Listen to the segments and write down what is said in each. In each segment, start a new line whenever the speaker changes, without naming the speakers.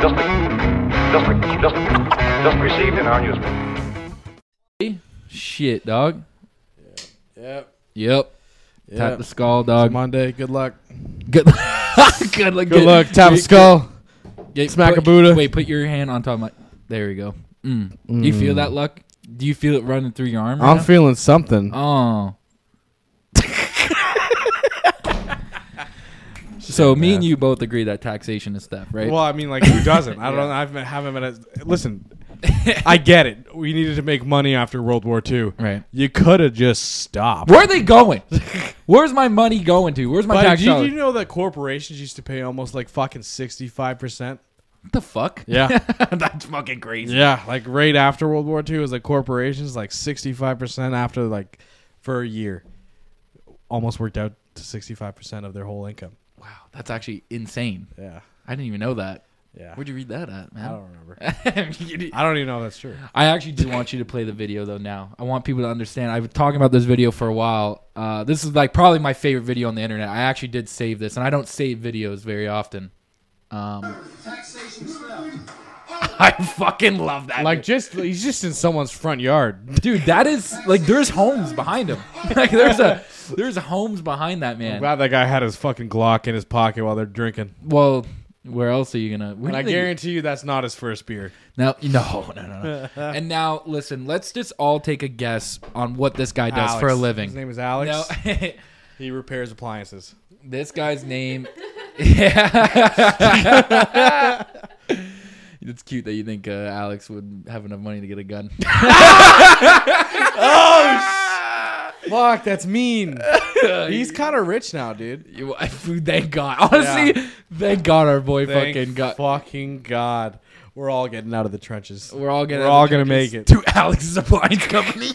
Just, just, just, just received in our newspaper.
Shit, dog.
Yep.
Yep. Tap
yep.
the skull, dog.
Monday. Good luck.
Good, good luck.
Good luck. Tap the skull. smack
put,
a Buddha.
Wait, put your hand on top of my. There we go. Mm. You feel that luck? Do you feel it running through your arm? right
I'm
now?
feeling something.
Oh. so me and you both agree that taxation is theft, right?
Well, I mean, like who doesn't? I don't. I've been, haven't been. As, listen, I get it. We needed to make money after World War II.
Right.
You could have just stopped.
Where are they going? Where's my money going to? Where's my
But
tax
did you,
dollars?
you know that corporations used to pay almost like fucking sixty five percent?
what the fuck?
Yeah,
That's fucking crazy.
yeah. Like right after World War II, it was like corporations like sixty five percent after like for a year, almost worked out to sixty five percent of their whole income.
Wow, that's actually insane.
Yeah,
I didn't even know that.
yeah.
Where'd you read that at,
I
man?
don't remember.
You did-
I don't even know if that's true.
I actually do want you to play the video though now. I want people to understand. I've been talking about this video for a while. Uh, this is like probably my favorite video on the internet. I actually did save this, and I don't save videos very often. Um,
Taxation theft.
I fucking love that.
Like just he's just in someone's front yard.
dude, that is like there's homes behind him. like there's a there's homes behind that man.
Glad that guy had his fucking Glock in his pocket while they're drinking.
Well, where else are you gonna? where
And
do
I
they-
guarantee you that's not his first beer.
Now, no, no, no, no. and now, listen. Let's just all take a guess on what this guy does for a
Alex.
living.
His name is Alex.
No,
He repairs appliances.
this guy's name. Yeah. it's cute that you think uh, Alex would have enough money to get a gun.
Fuck, that's mean. He's kind of rich now, dude.
You- I- thank God. Honestly,
Yeah.
thank God our boy
Thank
fucking got.
fucking god. We're all getting out of the trenches.
We're all gonna
We're all gonna make it.
to Alex's appliance company.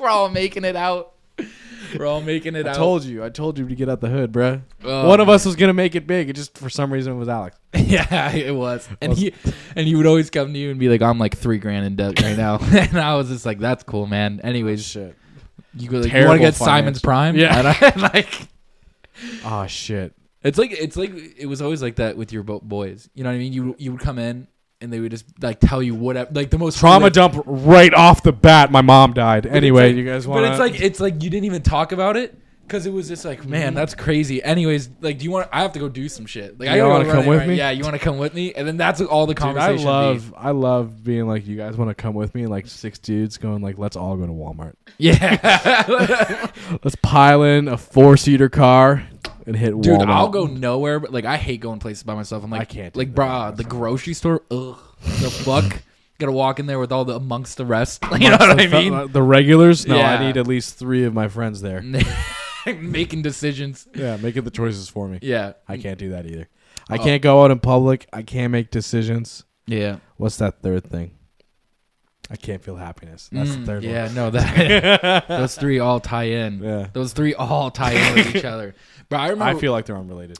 We're all making it out. We're all making it
I
out.
told you. I told you to get out the hood, bruh.
Oh,
One of us was gonna make it big. It just for some reason it was Alex.
Yeah, it was. And he and he would always come to you and be like, "I'm like three grand in debt right now," and I was just like, "That's cool, man." Anyways,
Shit.
you go like, you
Terrible
want to get
financial-
Simon's prime?
Yeah.
and I, like Ah,
Oh shit.
it's like it's like it was always like that with your bo- boys. You know what I mean? You you would come in and they would just like tell you whatever, like the most
Trauma
like,
dump right off the bat. My mom died.
But it's
Anyway,
like-
you guys want?
But it's like it's like you didn't even talk about it because it was just like, man, that's crazy. Anyways, like, do you want? I have to go do some shit. Like, I
You
gotta go
wanna
run
come
it
with
right-
me?
Yeah, you want to come with me? And then that's all the
Dude, I
conversation.
love I love being like you guys want to come with me and like six dudes going like let's all go to Walmart.
be. yeah,
Let's pile in a four seater car and hit
dude,
Walmart.
I'll go nowhere. But like, I hate going places by myself. I'm like,
I can't do
Like,
that.
brah, the grocery store. Ugh, the fuck. Gotta walk in there with all the amongst the rest. you know what I
The- uh,
mean?
The regulars? No,
Yeah. Mm.
I need at least three of my friends there.
Making decisions.
Yeah, making the choices for me.
Yeah, Oh.
I can't do that either. I can't go out in public. I can't make decisions.
yeah.
What's that third thing? I can't feel happiness. That's the
Mm,
third
yeah, no, that those three all tie in.
Yeah.
Those three all tie in with each other. But I
one. I
remember
feel like they're unrelated.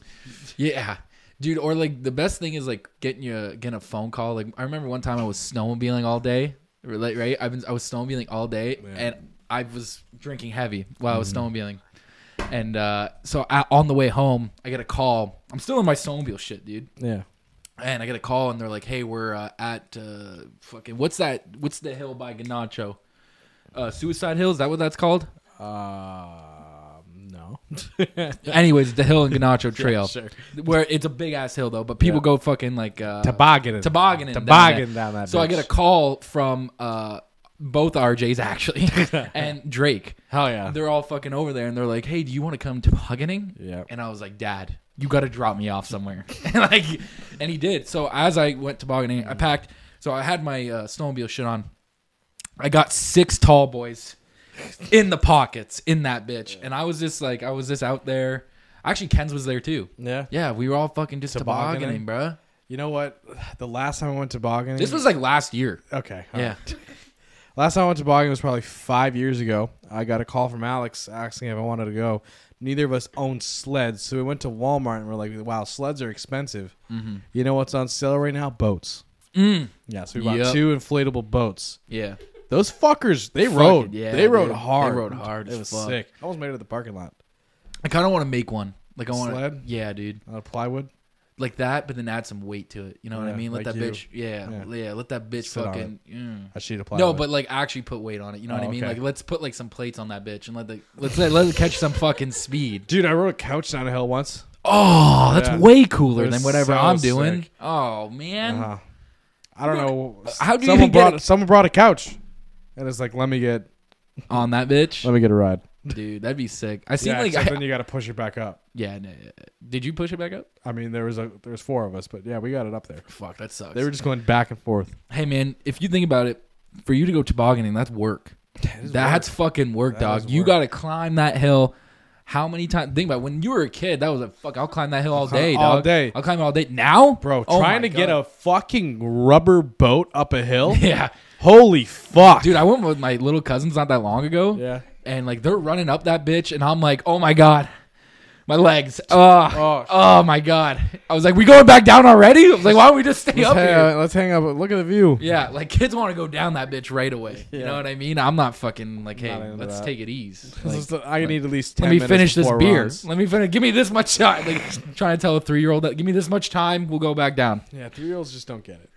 Yeah. Dude, or like the best thing is like getting you getting a phone call. Like I remember one time I was snowmobiling all day. Right? right? I've been I was snowmobiling all day and I was drinking heavy while I
Mm-hmm.
was snowmobiling. And uh, so I, on the way home, I get a call. I'm still in my snowmobile shit, dude.
Yeah.
And I get a call, and they're like, "Hey, we're uh, at uh, fucking what's that? What's the hill by Ganacho? Uh, Suicide Hill? Is that what that's called?
Um, no.
Anyways, the hill in Ganacho Trail,
sure.
where it's a big ass hill though, but people
Yeah.
go fucking like uh,
Tobogganing.
tobogganing, down
Toboggan
there.
down that
So I
bitch.
get a call from uh, both RJs actually, and Drake.
Hell yeah.
They're all fucking over there, and they're like, "Hey, do you want to come tobogganing?"
Yeah.
And I was like, "Dad, you got to drop me off somewhere." and like, and he did. So as I went tobogganing, I packed. So I had my uh, snowmobile shit on. I got six tall boys in the pockets in that bitch, and I was just like, I was just out there. Actually, Ken's was there too.
Yeah.
Yeah, we were all fucking just tobogganing,
Tobogganing?
bruh.
You know what? The last time I went tobogganing.
This was like last year. Uh,
okay. all
Yeah.
right. Last time I went tobogganing was probably five years ago. I got a call from Alex asking if I wanted to go. Neither of us owned sleds, so we went to Walmart and we're like, "Wow, sleds are expensive."
Mm-hmm.
You know what's on sale right now? Boats. Mm. Yeah, so we bought
Yep.
two inflatable boats.
Yeah.
Those fuckers, they
Fucking
rode.
yeah,
they rode
dude.
hard.
They rode hard
It
as
was
fuck.
sick. I almost made it to the parking lot
I kind of want to make one. Like I want to.
Sled?
Yeah, dude.
out of plywood.
like that, but then add some weight to it. You know what I
Yeah,
mean? Let
like
that
you.
bitch, yeah,
Yeah.
yeah, let that bitch
Sit on
fucking. mm.
A sheet of plywood.
No, but like actually put weight on it. You know what
Oh,
I mean?
okay.
Like let's put like some plates on that bitch and let the let's let, let it catch some fucking speed.
dude, I rode a couch down a hill once.
Oh, that's
Yeah.
way cooler
They're
than whatever
so
I'm doing.
sick.
Oh man,
Uh-huh. I don't know.
How do you
someone
even get
brought
a-
someone brought a couch, and it's like, let me get
on that bitch,
let me get a ride.
dude, that'd be sick. I seen
Yeah,
like
except
I,
then you got to push it back up.
yeah. No, yeah. Did you push it back up?
I mean, there was a there was four of us, but yeah, we got it up there.
Fuck, that sucks.
They were just going back and forth.
hey man, if you think about it, for you to go tobogganing, that's work. That's fucking work, dog.
is
You
work.
got to climb that hill. How many times? Think about it, when you were a kid. That was like fuck. I'll climb that hill all
climb
day,
all
dog.
day.
I'll climb it all day. Now,
bro,
Oh
trying
my
to get
God.
a fucking rubber boat up a hill.
yeah,
Holy fuck,
dude. I went with my little cousins not that long ago.
Yeah.
and like they're running up that bitch, and I'm like, oh my god, my legs. Oh,
shit.
oh, my god. I was like, we going back down already? I was like, why don't we just stay
Let's
up
hang,
here?
out- let's hang up. Look at the view.
Yeah, like kids want to go down that bitch right away. You know what I mean? I'm not fucking like,
Not
hey,
into
let's
that.
take it easy.
This
Like,
is the- I need at least ten.
let me
minutes
finish this
before
beer.
runs.
Let me finish. Give me this much time. Like trying to tell a three year old that give me this much time, we'll go back down.
Yeah, three year olds just don't get it.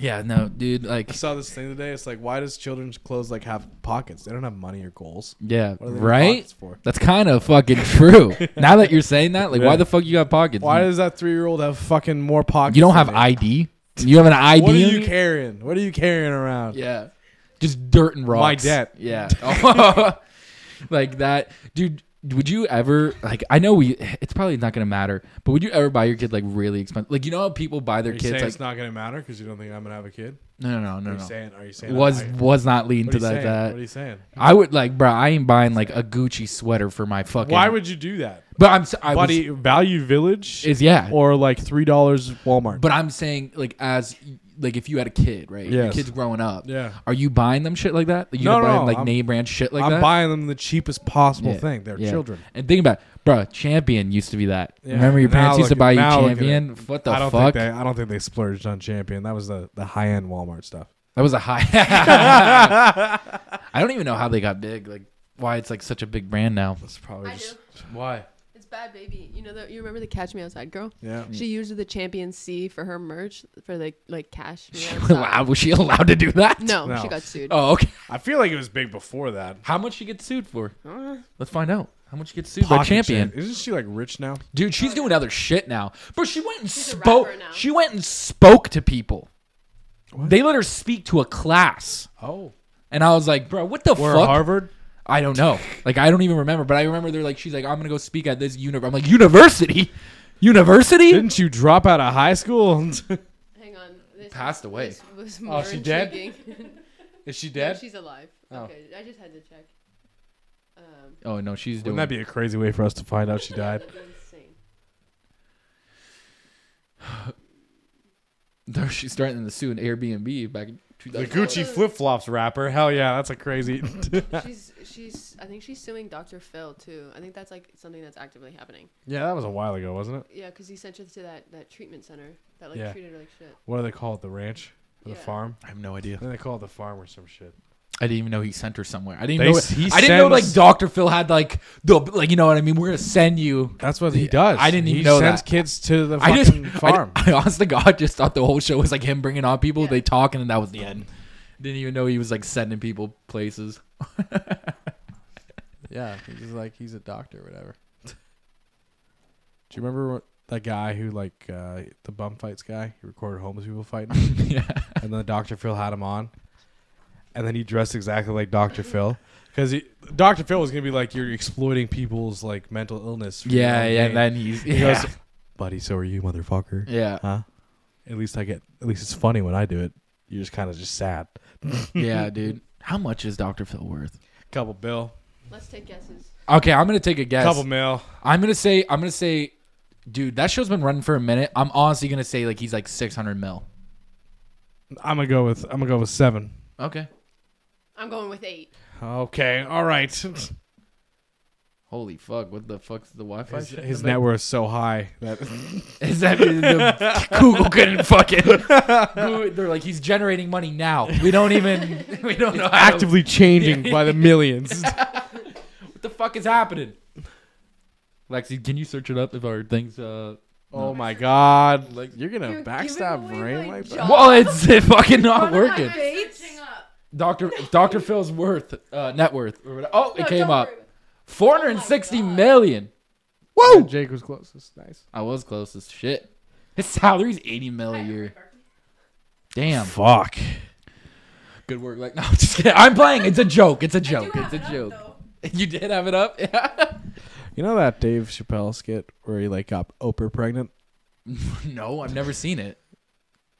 Yeah, no, dude. Like,
I saw this thing today. It's like, why does children's clothes like have pockets? They don't have money or goals.
yeah,
What are they
right.
pockets for?
That's kind of fucking true. now that you're saying that, like,
Yeah.
why the fuck you got pockets?
Why
you,
does that three year old have fucking more pockets?
Mm. you don't
than
have
me?
ID? You have an ID?
What are
on
you carrying? What are you carrying around?
Yeah. Just dirt and rocks.
My debt.
Yeah. like that. Dude, would you ever like I know we it's probably not gonna matter, but would you ever buy your kid like really expensive like you know how people buy their
Are you
kids
saying
like
it's not gonna matter because you don't think I'm gonna have a kid?
No no no
Are
no
you
no.
saying? Are you saying?
Was
I-
was not leading
what are
to
you
like
saying?
that.
What are you saying?
I would like, bro. I ain't buying like a Gucci sweater for my fucking.
Why would you do that,
But I'm. s- I was-
buddy? Value Village
is yeah.
or like three dollars Walmart?
But I'm saying like as like if you had a kid, right? Your
Yes.
kid's growing up.
Yeah.
Are you buying them shit like that? You
No,
gonna buy
no,
them, like
I'm-
name brand shit like
I'm
that.
buying them the cheapest possible
Yeah.
thing. They're
Yeah.
children.
And think about, it, bro, Champion used to be that.
Yeah.
Remember your
Now
parents used to
look-
buy you
now look at it.
Champion? What the
I don't
fuck?
think they. I don't think they splurged on Champion. That was the the high end Walmart stuff.
that was a high. I don't even know how they got big. Like why it's like such a big brand now.
It's probably
I do.
just
Why?
It's bad, baby. You know that you remember the Catch Me Outside girl?
yeah.
Mm.
She used the champion C for her merch for like like Cash Me
Wow,
Outside.
was she allowed to do that?
no,
No.
she got sued.
Oh, okay.
I feel like it was big before that.
How much she gets sued for? Let's find out. How much she gets sued by
Pocket
Champion?
Champ- Isn't she like rich now?
Dude, she's doing other shit now. But she went and
a
spoke.
rapper now.
She went and spoke to people. They let her speak to a class,
Oh,
and I was like, bro, what the
we're
fuck?
Harvard.
I don't know. Like I don't even remember, but I remember they're like she's like I'm gonna go speak at this univ. I'm like university, university.
Didn't you drop out of high school?
Hang on. This
Passed away. Oh,
this was more
she dead?
intriguing.
Is she
No,
dead?
she's alive. Okay, I just had to check. Um,
oh no, she's doing.
Wouldn't that be a crazy way for us to find out she died?
that's insane.
No, she's threatening to sue an Airbnb back in 2000.
Gucci flip flops rapper. Hell yeah, that's a crazy.
She's she's I think she's suing Dr. Phil too. I think that's like something that's actively happening.
yeah, that was a while ago, wasn't it?
Yeah, because he sent her to that that treatment center that like
Yeah.
treated her like shit.
What do they call it? The ranch or the
Yeah.
farm?
I have no idea.
Then they call it the farm or some shit.
I didn't even know he sent her somewhere. I didn't
They
know.
s- he
I didn't know like
sends-
Dr. Phil had like the like you know what I mean. We're gonna send you.
That's what he does.
I didn't
he
even know
sends
that.
kids to the
I just
fucking
farm.
farm.
I, honest to God just thought the whole show was like him bringing on people.
Yeah.
They talk and then that was the end. Didn't even know he was like sending people places.
yeah, he's like he's a doctor or whatever. Do you remember what, that guy who like uh, the bum fights guy? He recorded homeless people fighting.
yeah.
and then Dr. Phil had him on, and then he dressed exactly like Dr. Phil because Dr. Phil was gonna be like, "You're exploiting people's like mental illness." for your
Yeah,
own
yeah,
gain."
and then he's
he
yeah.
goes, "Buddy, so are you, motherfucker?
yeah,
Huh? At least I get. At least it's funny when I do it. You're just kind of just sad.
yeah, dude. How much is Dr. Phil worth?
Couple bill,
Let's take guesses.
Okay, I'm gonna take a guess.
couple mil.
I'm gonna say, I'm gonna say, dude, that show's been running for a minute. I'm honestly gonna say like he's like 600 mil.
I'm gonna go with. I'm gonna go with seven.
Okay,
I'm going with eight.
Okay, all right. His,
holy fuck, what the fuck's the Wi-Fi? shit?
his net worth's so high that
Is that the, Google couldn't fucking? Google- they're like he's generating money now. We don't even, we don't know how to-
actively changing by the millions.
what the fuck is happening. Lexi, can you search it up if our things uh
Oh my god.
Like-
You're gonna
You're
backstab
giving away
Rain
my
like that?
job.
Well, it's fucking not
One of my
working.
faves-
Doctor Doctor Phil's worth uh, net worth. Or whatever. Oh, it
No,
came
don't
up
worry.
four hundred and sixty
Oh my
million.
God.
Woo! Oh, Jake was closest. Nice.
I was close as shit. His salary's eighty mil a year. Damn.
Fuck.
Good work. Like no, I'm just kidding. I'm playing. It's a joke. It's a
I do
joke. It's
have
a
it up,
joke.
though.
You did have it up. Yeah.
You know that Dave Chappelle skit where he like got Oprah pregnant?
no, I've never seen it.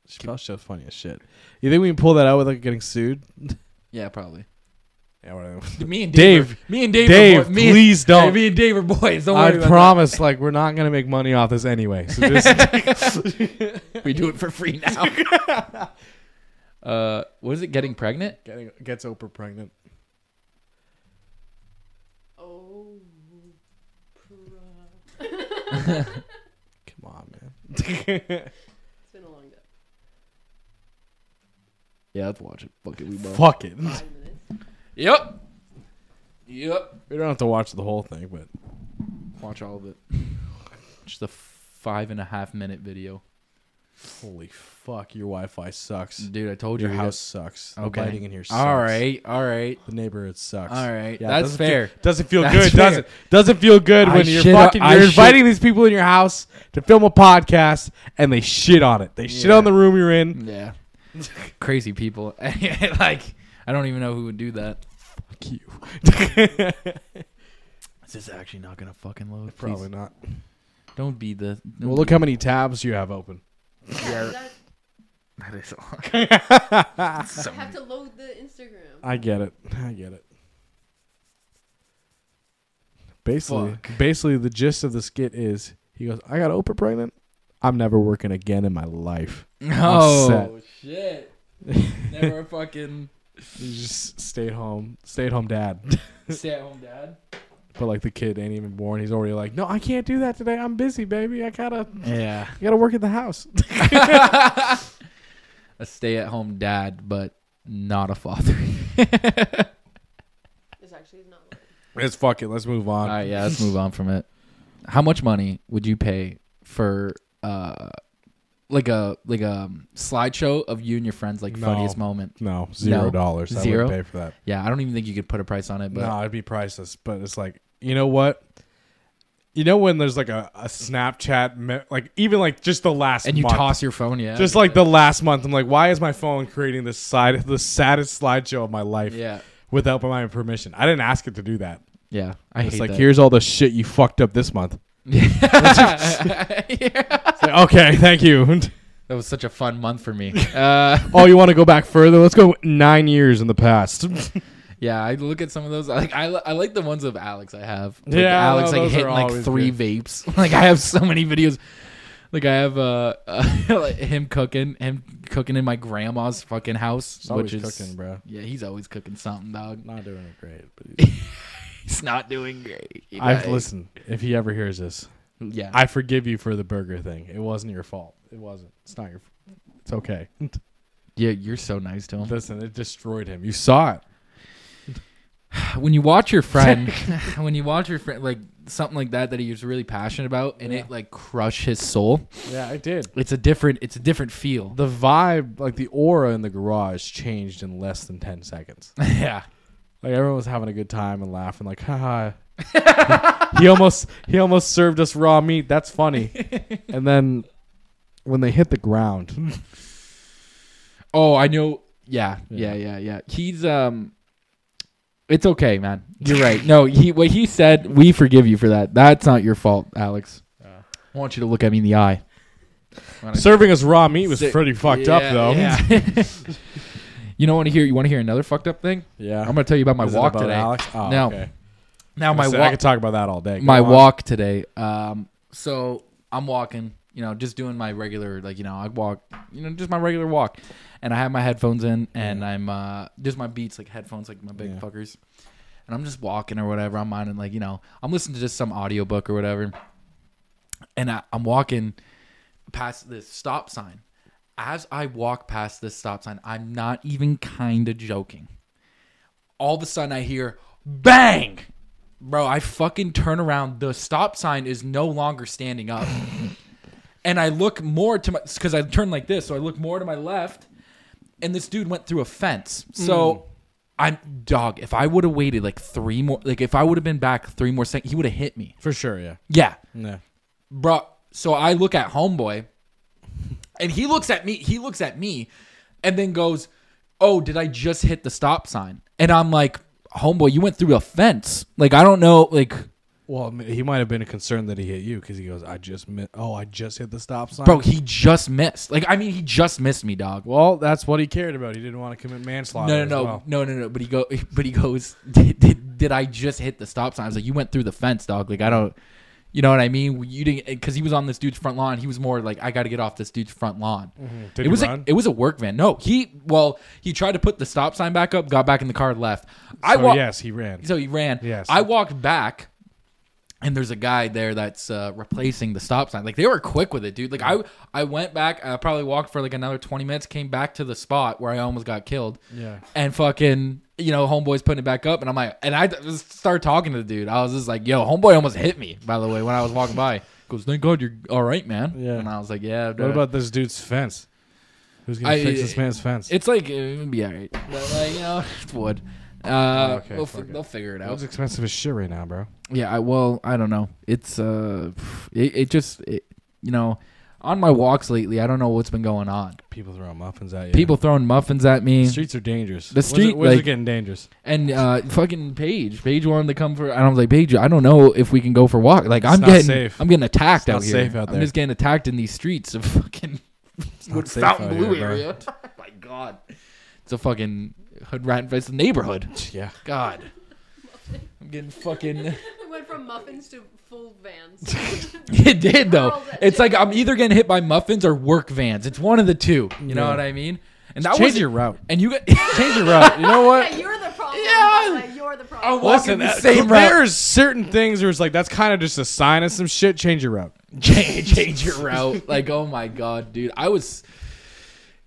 Chappelle show's funny as shit. You think we can pull that out without getting sued?
Yeah, probably.
Yeah, whatever.
Me and Dave.
Dave.
me and Dave.
Dave,
are boy- me and-
please
Hey,
don't.
me and Dave are boys. Don't worry
I
about that.
promise, like we're not gonna make money off this anyway. So just
We do it for free now. uh, what is it? Getting pregnant?
Getting, gets Oprah pregnant.
Oh, Oprah.
Come on, man.
It's been a long day.
Yeah, let's watch it. Fuck it, we both.
Fuck it.
Five minutes.
Yep. Yep.
We don't have to watch the whole thing, but
Watch all of it. Just a five and a half minute video,
holy fuck, your Wi-Fi sucks.
dude. I told
Your
you
house sucks. The
Okay.
lighting in here sucks.
All right. All right.
The neighborhood sucks.
All right,
Yeah,
that's
doesn't feel-
fair.
doesn't feel
That's
good,
fair.
does it? Doesn't feel good
I
when you're
shit on-
fucking
I
you're
shit-
inviting these people in your house to film a podcast and they shit on it. They shit
Yeah.
on the room you're in.
Yeah. Crazy people. like, I don't even know who would do that.
Fuck you.
Is this actually not gonna fucking load? Please.
Probably not.
Mm-hmm. Don't be the.
Well, look how many tabs you have open.
Yeah, but that-
That is a lot.
I have to load the Instagram.
I get it. I get it. Basically,
Fuck.
basically, the gist of the skit is he goes, "I got Oprah pregnant. I'm never working again in my life."
Oh
set.
shit! Never a fucking
You just stay at home, stay at home dad.
stay-at-home dad.
but like the kid ain't even born. He's already like, "No, I can't do that today. I'm busy, baby. I gotta,
Yeah.
I gotta work at the house."
a stay-at-home dad, but not a father.
This actually is not working.
Let's fuck it. Let's move
All
on.
right, yeah, let's move on from it. How much money would you pay for uh like a like a um, slideshow of you and your friends like
No.
funniest moment?
No, zero
No.
dollars. I
Zero?
would pay for that.
Yeah, I don't even think you could put a price on it, but
no, it'd be priceless. But it's like, you know what? You know when there's like a, a Snapchat, me- like even like just the last
and you
month,
toss your phone, yeah.
just like the last month. I'm like, why is my phone creating this side, the saddest slideshow of my life?
Yeah.
Without my permission, I didn't ask it to do that.
Yeah, I
It's
hate
like
that.
here's all the shit you fucked up this month.
Yeah.
It's like, okay, thank you.
That was such a fun month for me. Uh,
oh, you want to go back further? Let's go nine years in the past.
yeah, I look at some of those. I Like I, li- I like the ones of Alex. I have like,
Yeah, no,
Alex like
those are
hitting like
always
three vapes. Like I have so many videos. Like I have uh, like him cooking, him cooking in my grandma's fucking house, which is
bro.
yeah, he's always cooking something, dog.
Not doing it great, but
He's not doing great. you
I've
guys.
listened. If he ever hears this,
Yeah,
I forgive you for the burger thing. It wasn't your fault. It wasn't. It's not your. f- It's okay.
yeah, you're so nice to him.
Listen, it destroyed him. You saw it.
when you watch your friend when you watch your friend like something like that that he was really passionate about and it like crush his soul
Yeah, I did.
it's a different it's a different feel
The vibe, like the aura in the garage, changed in less than ten seconds.
yeah
Like everyone was having a good time and laughing. Like, haha. he almost he almost served us raw meat. That's funny. and then when they hit the ground,
oh i know yeah yeah
Yeah.
yeah yeah he's um it's okay man you're right no he what he said we forgive you for that that's not your fault alex i want you to look at me in the eye
serving us raw meat was
Sick.
pretty fucked up though.
you don't want to hear you want to hear another fucked up thing
Yeah.
i'm gonna tell you about my
Is it
walk
about
today
Alex? Oh,
Now-
okay.
now my
So I
walk
could talk about that all day. Go
my
on.
walk today. Um, so I'm walking, you know, just doing my regular, like, you know, I walk, you know, just my regular walk. And I have my headphones in and I'm, uh, just my beats, like headphones, like my big
Yeah.
fuckers. And I'm just walking or whatever. I'm minding, like, you know, I'm listening to just some audiobook or whatever. And I, I'm walking past this stop sign. As I walk past this stop sign, I'm not even kind of joking. All of a sudden, I hear bang. Bro, I fucking turn around. The stop sign is no longer standing up. and I look more to my because I turn like this, so I look more to my left, and this dude went through a fence. So I'm dog. If I would have waited like three more, like if I would have been back three more seconds, he would have hit me.
for sure. Yeah,
Yeah,
yeah.
bro. So I look at homeboy, and he looks at me. He looks at me, and then goes, "Oh, did I just hit the stop sign?" And I'm like, "Homeboy, you went through a fence. Like I don't know. Like,
Well, I mean, he might have been concerned that he hit you because he goes, "I just mi- oh, I just hit the stop sign."
bro, he just missed. Like I mean, he just missed me, dog.
well, that's what he cared about. He didn't want to commit manslaughter.
No, no,
as
no,
well.
no, no, no. But he go, but he goes. Did, did, did I just hit the stop sign? I was like, you went through the fence, dog. Like I don't, you know what I mean? You didn't because he was on this dude's front lawn. He was more like, I got to get off this dude's front lawn.
Did
it
he
was
run?
a, it was a work van. No, he well, he tried to put the stop sign back up, got back in the car, and left. I
So,
wa-
yes, he ran.
so he ran.
Yes.
I walked back, and there's a guy there that's uh, replacing the stop sign. Like they were quick with it, dude. Like I, I went back. I probably walked for like another 20 minutes. Came back to the spot where I almost got killed.
Yeah.
And fucking, you know, homeboy's putting it back up, and I'm like, and I just started talking to the dude. I was just like, "Yo, homeboy almost hit me." By the way, when I was walking by, He goes, "Thank God you're all right, man."
Yeah.
And I was like, "Yeah."
What
dude."
about this dude's fence? Who's gonna
I-
fix this man's fence?
It's like it would be all right, but like you know, it's wood. Uh,
Okay,
we'll
fuck
fi-
it.
they'll figure it out.
Wood's expensive as shit right now, bro.
Yeah, I well, I don't know. It's uh, it, it just it, you know, on my walks lately, I don't know what's been going on.
People throwing muffins at you.
People throwing muffins at me,
streets are dangerous.
The
where's
street,
it, where's it
like-
getting dangerous?
and uh, fucking Paige. Paige wanted to come for, and I was like, Paige, I don't know if we can go for a walk. Like I'm
not
getting,
safe.
I'm getting attacked
not
out here.
safe out
I'm
there.
just getting attacked in these streets of fucking
not safe
Fountain
out
Blue
here, bro.
area. Oh my God, it's a fucking hood rat. It's a neighborhood.
Yeah.
God, I'm getting fucking.
It went from muffins to full vans.
It did though.
Girls that
It's like I'm either getting hit by muffins or work vans. It's one of the two. You know
Yeah.
what I mean? And that
Change
was
your route.
And you got
Change your route. You know what?
yeah, you're the problem.
Yeah.
Like, you're the
I
problem.
walk in the
that-
same route.
uh, There's certain things where it's like that's kind of just a sign of some shit. Change your route.
Change, change your route. Like oh my god, dude, I was.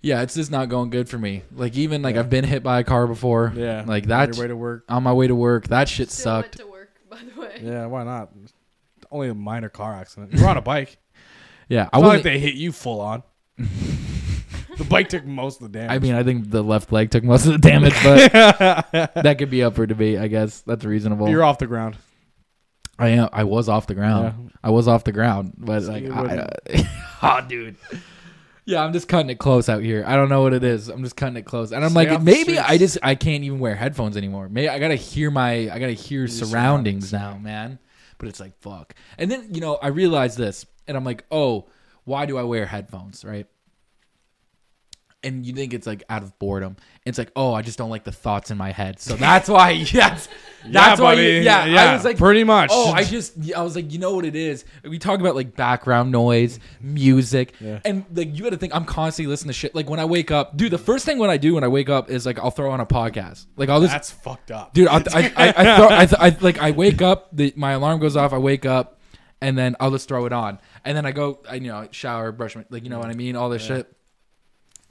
Yeah, it's just not going good for me. Like even like I've been hit by a car before. like that.
Your way to work.
on my way to work, that shit
Still
sucked.
went to work, by the way.
Yeah, why not? Only a minor car accident. You're on a bike.
yeah, I
I like
was.
they hit you full on. the bike took most of the damage.
I mean, I think the left leg took most of the damage, but that could be up for debate. I guess that's reasonable.
you're off the ground.
I am. I was off the ground.
Yeah.
I was off the ground, but
So
like,
you
I, uh, oh, dude. Yeah, I'm just cutting it close out here. I don't know what it is. I'm just cutting it close, and I'm
Stay off
like,
the
maybe I
streets.
just I can't even wear headphones anymore. Maybe I gotta hear my I gotta hear surroundings, now, man. But it's like fuck. And then you know I realized this, and I'm like, oh, why do I wear headphones, right? and you think it's like out of boredom. It's like, oh, I just don't like the thoughts in my head. So that's why, yes, that's why, you,
buddy.
yeah, I
Yeah,
was like,
pretty much.
Oh, I just, I was like, you know what it is? We talk about like background noise, music,
Yeah.
and like you got to think. I'm constantly listening to shit. Like when I wake up, dude, the first thing when I do when I wake up is like I'll throw on a podcast. Like I'll just
That's fucked up.
dude. I, I, I, I, throw, I, th- I like I wake up. The, my alarm goes off. I wake up, and then I'll just throw it on, and then I go. I you know shower, brush, my, like you know what I mean, all this shit,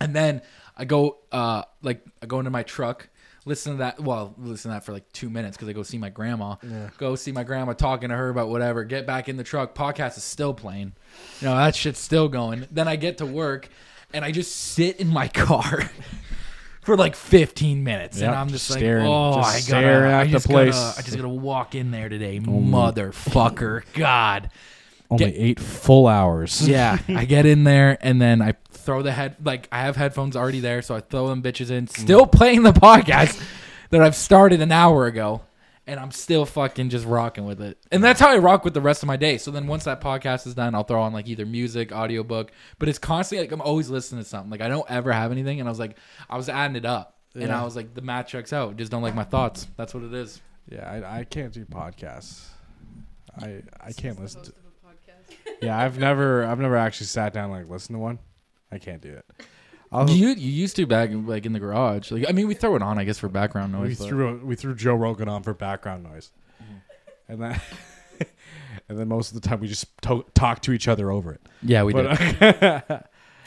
and then I go uh like I go into my truck. Listen to that. Well, listen to that for like two minutes because I go see my grandma. Go see my grandma talking to her about whatever. Get back in the truck. Podcast is still playing. You know that shit's still going. Then I get to work, and I just sit in my car for like 15 minutes, and
Yep,
I'm just
staring,
like, oh,
just
I gotta,
staring
I
at the
just
place. Oh
gotta, I just gotta walk in there today, motherfucker. God.
Only
Get-
eight full hours.
Yeah, I get in there and then I throw the head like I have headphones already there, so I throw them bitches in, still playing the podcast that I've started an hour ago, and I'm still fucking just rocking with it. And that's how I rock with the rest of my day. So then once that podcast is done, I'll throw on like either music, audiobook, but it's constantly like I'm always listening to something. Like I don't ever have anything, and I was like, I was adding it up. And I was like, the math checks out. Just don't like my thoughts. That's what it is.
Yeah, I, I can't do podcasts. I I can't listen to.
Host of a podcast.
Yeah, I've never I've never actually sat down and, like listen to one. I can't do it. I'll,
You you used to back like in the garage. Like I mean, we throw it on, I guess, for background noise.
we
but-
threw we threw Joe Rogan on for background noise, and then and then most of the time we just to- talk to each other over it.
yeah, we did.
But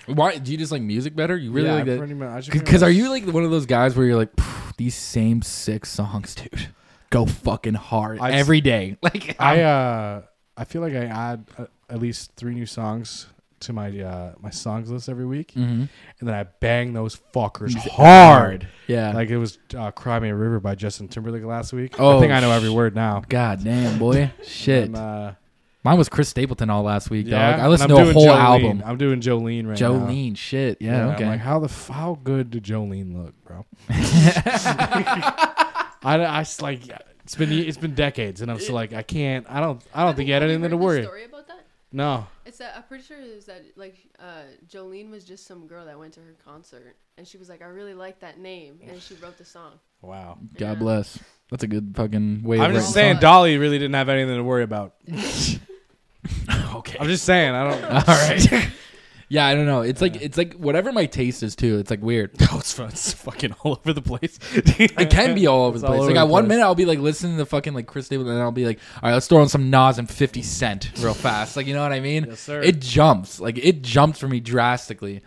Why do you just like music better? You really
Yeah,
like
I pretty
that?
much- I should pretty
Because are
much-
you like one of those guys where you're like "Phew, these same six songs, dude? Go fucking hard
I just-
every day. Like
I uh I feel like I add uh, at least three new songs to my uh, my songs list every week,
Mm-hmm.
and then I bang those fuckers hard.
Yeah.
Like it was uh, "Cry Me a River" by Justin Timberlake last week. I
Oh,
think I know every
sh-
word now.
God damn, boy. Shit.
I'm, uh,
Mine was Chris Stapleton all last week,
yeah,
dog. I listened
and
to
I'm
a
doing
whole
Jolene.
album.
I'm doing Jolene right now.
Jolene, shit. Yeah,
I'm
okay.
like, how the f- how good did Jolene look, bro? I, I s- like it's been it's been decades, and I'm still like I can't. I don't I don't think you had
Have
anything
heard
to
the
worry.
Story about that?
No,
It's that I'm pretty sure it was that like uh, Jolene was just some girl that went to her concert and she was like, I really like that name, and she wrote the song.
wow.
God bless. That's a good fucking way
I'm
of
just
writing
saying, Dolly really didn't have anything to worry about.
songs. Okay.
I'm just saying, I don't.
All right. yeah, I don't know. It's like it's like whatever my taste is too. It's like weird.
Oh, it's, fu- it's fucking all over the place.
It can be all over the
all
place.
over
like
the
at one
place.
minute I'll be like listening to fucking like Chris Stapleton, and I'll be like, all right, let's throw on some Nas and Fifty Cent real fast. Like you know what I mean?
Yes, sir.
It jumps. Like it jumps for me drastically.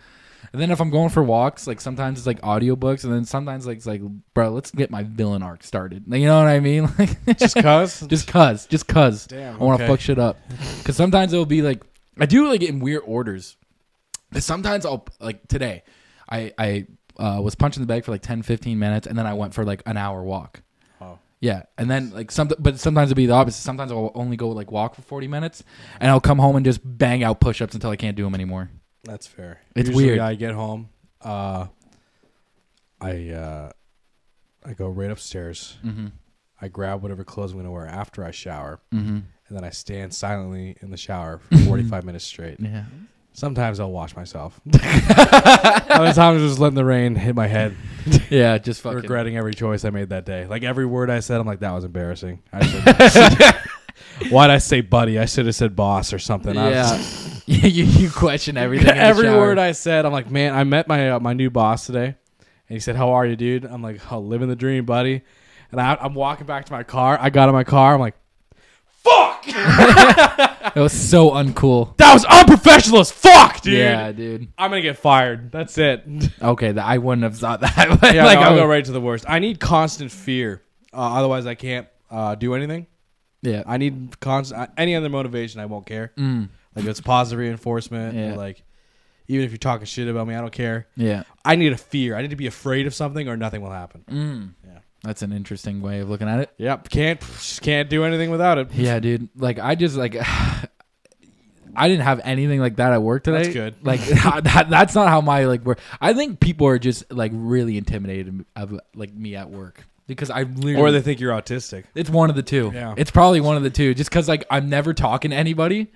And then if I'm going for walks, like sometimes it's like audiobooks, and then sometimes like it's like, bro, let's get my villain arc started. Like, you know what I mean? Like
just cause.
just cuz just cuz
Damn,
i want to
okay.
fuck shit up because sometimes it'll be like i do like in weird orders 'Cause sometimes i'll like today i i uh, was punching the bag for like 10 15 minutes and then i went for like an hour walk
Oh.
yeah and then like some but sometimes it'll be the opposite sometimes i'll only go like walk for 40 minutes and i'll come home and just bang out push-ups until i can't do them anymore
That's fair.
It's
Usually
weird.
I get home. Uh, I uh, I go right upstairs.
Mm-hmm.
I grab whatever clothes I'm gonna wear after I shower,
Mm-hmm.
and then I stand silently in the shower for 45 minutes straight.
yeah
Sometimes I'll wash myself. Other times, just letting the rain hit my head,
yeah just fucking
regretting every choice I made that day. Like every word I said, I'm like, that was embarrassing. I shouldn't- Why'd I say buddy? I should have said boss or something. I was just-
yeah you, you question everything in the
every
shower.
word I said, I'm like, man, I met my uh, my new boss today, and he said, "How are you, dude?" I'm like, "Oh, living the dream, buddy." And I, I'm walking back to my car. I got in my car. I'm like,
it was so uncool
"That was unprofessional as fuck, dude."
yeah dude
I'm gonna get fired. That's it.
Okay, th- I wouldn't have thought that. But
yeah,
like,
no,
I
I'll go
would-
right to the worst. I need constant fear. Uh, otherwise, I can't uh, do anything.
yeah,
I need constant any other motivation. I won't care. Like if it's positive reinforcement.
Mm. Yeah.
Or like even if you're talking shit about me, I don't care.
yeah.
I need a fear. I need to be afraid of something, or nothing will happen.
That's an interesting way of looking at it.
Yep, can't just can't do anything without it.
Yeah, dude. Like, I just like, I didn't have anything like that at work today.
That's good.
Like, that, that's not how my like work. I think people are just like really intimidated of like me at work because I literally.
Or they think you're autistic.
It's one of the two.
Yeah.
It's probably one of the two. Just because like I'm never talking to anybody,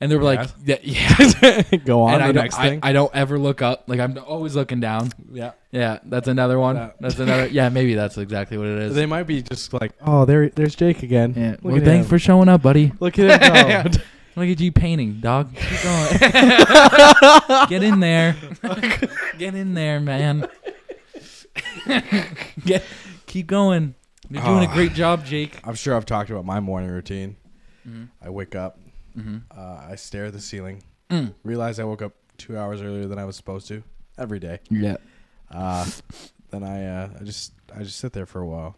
and they're like, yeah, yeah.
Go on
and I
the
don't,
next
I,
thing.
I don't ever look up. Like I'm always looking down.
yeah,
Yeah, that's another one.
That.
That's another. Yeah, maybe that's exactly what it is.
they might be just like, oh, there, there's Jake again.
Yeah.
Look
Well,
at
thanks
him.
for showing up, buddy.
Look at him go.
Look at you painting, dog. Keep going. Get in there. Get in there, man. Get, keep going. You're doing a
Ah.
great job, Jake.
I'm sure I've talked about my morning routine. I wake up, uh, I stare at the ceiling, realize I woke up two hours earlier than I was supposed to every day.
Yeah.
Uh, then I, uh, I just, I just sit there for a while.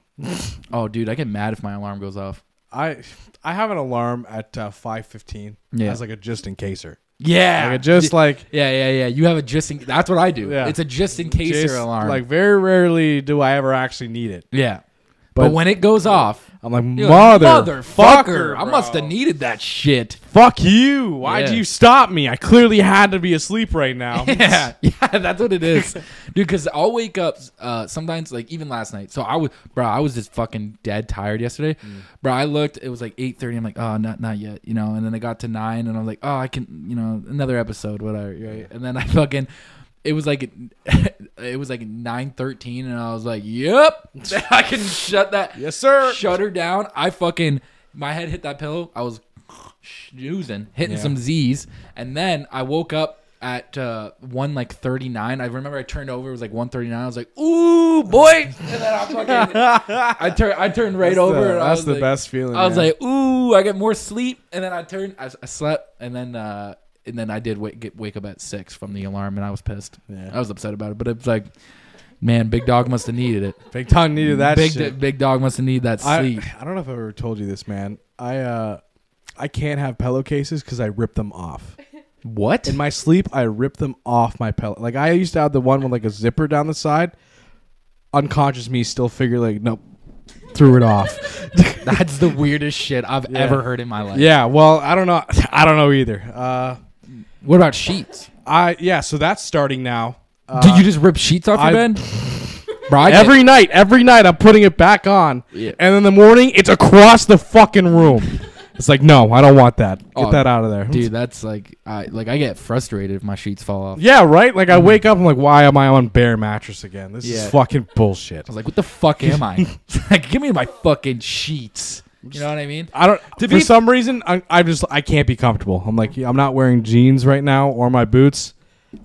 Oh, dude, I get mad if my alarm goes off.
I, I have an alarm at uh, 5:15
Yeah. Ah,
as like a just in caser.
Yeah.
Like a just like
yeah, yeah, yeah. You have a just in. That's what I do.
Yeah.
It's a just in case
Just,
alarm.
Like very rarely do I ever actually need it.
yeah. But,
But-
when it goes off,
I'm like,
you're
mother,
like, motherfucker,
fucker,
I must
bro.
have needed that shit.
Fuck you! Why'd
Yeah.
you stop me? I clearly had to be asleep right now.
Yeah, yeah, that's what it is, dude. Because I'll wake up uh, sometimes, like even last night. So I was, bro, I was just fucking dead tired yesterday,
Mm.
bro. I looked, it was like eight thirty. I'm like, oh, not not yet, you know. And then I got to nine, and I'm like, oh, I can, you know, another episode, whatever. Right? And then I fucking. It was like it was like nine thirteen, and I was like, "Yep, I can shut that
Yes, sir.
shut her down. I fucking my head hit that pillow. I was snoozing, hitting
Yeah.
some Z's, and then I woke up at uh, one like thirty nine. I remember I turned over. It was like one thirty nine. I was like, "Ooh, boy!" And then I fucking I turned I turned right
That's the-
over. and I
that's
was
the
like-
best feeling.
I was
man.
like, "Ooh, I get more sleep." And then I turned. I, I slept, and then. uh and then I did wake, get, wake up at six from the alarm, and I was pissed.
Yeah.
I was upset about it, but it was like, man, Big Dog must have needed it.
Big Tongue needed that
Big
shit.
Big Dog must have needed that
I,
sleep.
I don't know if I've ever told you this, man. I uh, I can't have pillowcases because I rip them off.
What?
In my sleep, I ripped them off my pellet. Like I used to have the one with like a zipper down the side. Unconscious me still figured like nope, threw it off.
That's the weirdest shit I've ever heard in my life.
yeah, well I don't know. I don't know either. Uh,
What about sheets?
I yeah. So that's starting now. Uh,
Did you just rip sheets off
I-
your bed? Bro, I
every night, every night I'm putting it back on,
Yeah.
and in the morning it's across the fucking room. it's like no, I don't want that. Get
Oh,
that out of there,
dude, that's like I like I get frustrated if my sheets fall off.
Yeah, right. Like I wake up, I'm like, why am I on bare mattress again? This
Yeah.
is fucking bullshit.
I was like, what the fuck am I? like, give me my fucking sheets. You know what I mean?
I don't.
To
for
be-
some reason, I, I just I can't be comfortable. I'm like, yeah, I'm not wearing jeans right now or my boots.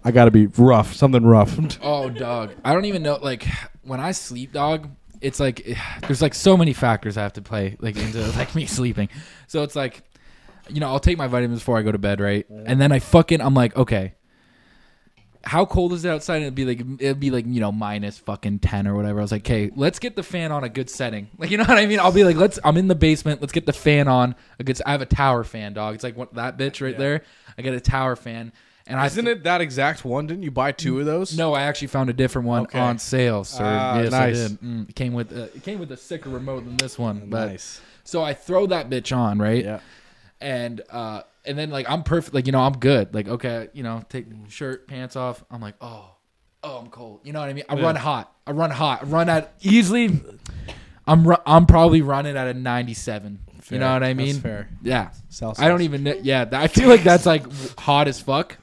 I gotta be rough, something rough.
Oh, dog. I don't even know. Like when I sleep, dog, it's like there's like so many factors I have to play like into like me sleeping. So it's like, you know, I'll take my vitamins before I go to bed, right? And then I fucking I'm like, okay. How cold is it outside? And it'd be like it'd be like you know minus fucking ten or whatever. I was like, okay, let's get the fan on a good setting. Like you know what I mean? I'll be like, let's. I'm in the basement. Let's get the fan on a good. s- I have a tower fan, dog. It's like what, that bitch right there. I get a tower fan, and I
Isn't it that exact one? Didn't you buy two of those?
no, I actually found a different one
Okay.
on sale, sir.
Ah,
yes, I
nice.
did. Mm, it came with uh, it came with a sicker remote than this one. But
Nice.
so I throw that bitch on, right?
Yeah.
And uh, and then like I'm perfect, like you know I'm good. Like okay, you know, take shirt pants off. I'm like oh, oh I'm cold. You know what I mean? I run hot. I run hot. I run at easily. I'm ru- I'm probably running at a 97.
Fair.
You know what I
That's
mean?
fair.
Yeah.
Celsius.
I don't even know. Yeah, that, I feel like that's like hot as fuck.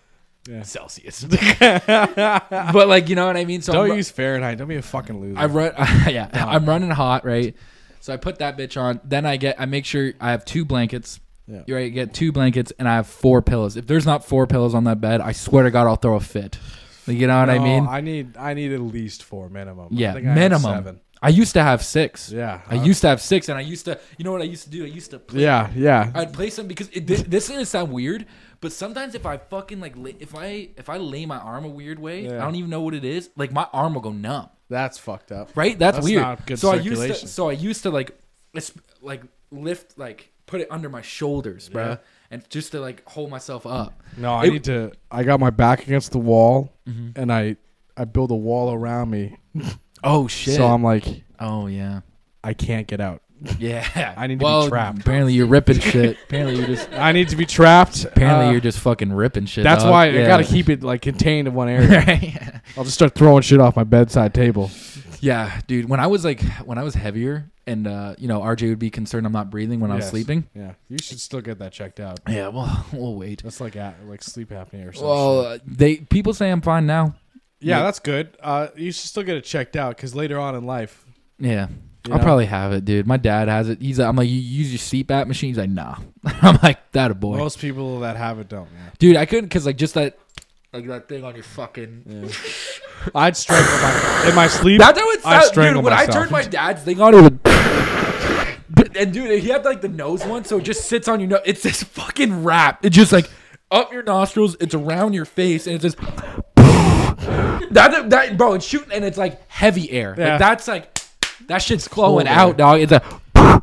Yeah.
Celsius. but like you know what I mean? So I'm
Don't
ru-
use Fahrenheit. Don't be a fucking loser.
I run, yeah, I'm running hot, right? So I put that bitch on. Then I get, I make sure I have two blankets.
Yeah.
You right? Get two blankets, and I have four pillows. If there's not four pillows on that bed, I swear to God, I'll throw a fit. Like, you know what I
No,
mean?
Oh, I need I need at least four minimum. I
yeah,
think I have
minimum.
seven.
I, used to have six.
Yeah,
I
uh,
used to have six, and I used to, you know what I used to do? I used to play
Yeah, yeah.
I'd play some because it, this, this is gonna sound weird, but sometimes if I fucking like la- if I if I lay my arm a weird way,
Yeah.
I don't even know what it is. Like my arm will go numb.
That's fucked up.
Right? That's,
That's
weird.
not good
so I used to
circulation.
so I used to like it's- like lift like put it under my shoulders, bruh.
Yeah.
And just to like hold myself up.
No, I
It-
need to. I got my back against the wall,
Mm-hmm.
and I I build a wall around me,
Oh shit.
so I'm like
oh yeah.
I can't get out.
Yeah.
I need to be trapped.
Apparently you're ripping shit. apparently you're just
I need to be trapped.
apparently
Uh,
you're just fucking ripping shit.
That's
dog.
why I
Yeah.
gotta keep it like contained in one area.
Right?
I'll just start throwing shit off my bedside table.
Yeah, dude. When I was like, when I was heavier, and uh, you know, RJ would be concerned I'm not breathing when I was
Yes.
sleeping.
Yeah, you should still get that checked out.
Yeah, well, we'll wait.
That's like at, like sleep apnea or something.
Well, uh, they people say I'm fine now.
yeah, that's good. Uh, you should still get it checked out because later on in life,
Yeah,
You
I'll
know?
probably have it, dude. My dad has it. He's like, I'm like, you use your CPAP machine. He's like, nah. I'm like, that a boy,
most people that have it don't. Yeah.
dude. I couldn't because like just that, like that thing on your fucking.
I'd strangle my in my sleep.
That's how it
I'd
sounds, dude.
strangle
When I
myself.
turned my dad's thing on, it would. But- and dude, he had like the nose one, so it just sits on your nose. It's this fucking wrap. It just like up your nostrils, it's around your face, and it's just. that that bro, it's shooting, and it's like heavy air.
Yeah.
Like that's like that shit's flowing
cold air.
out, dog. It's a.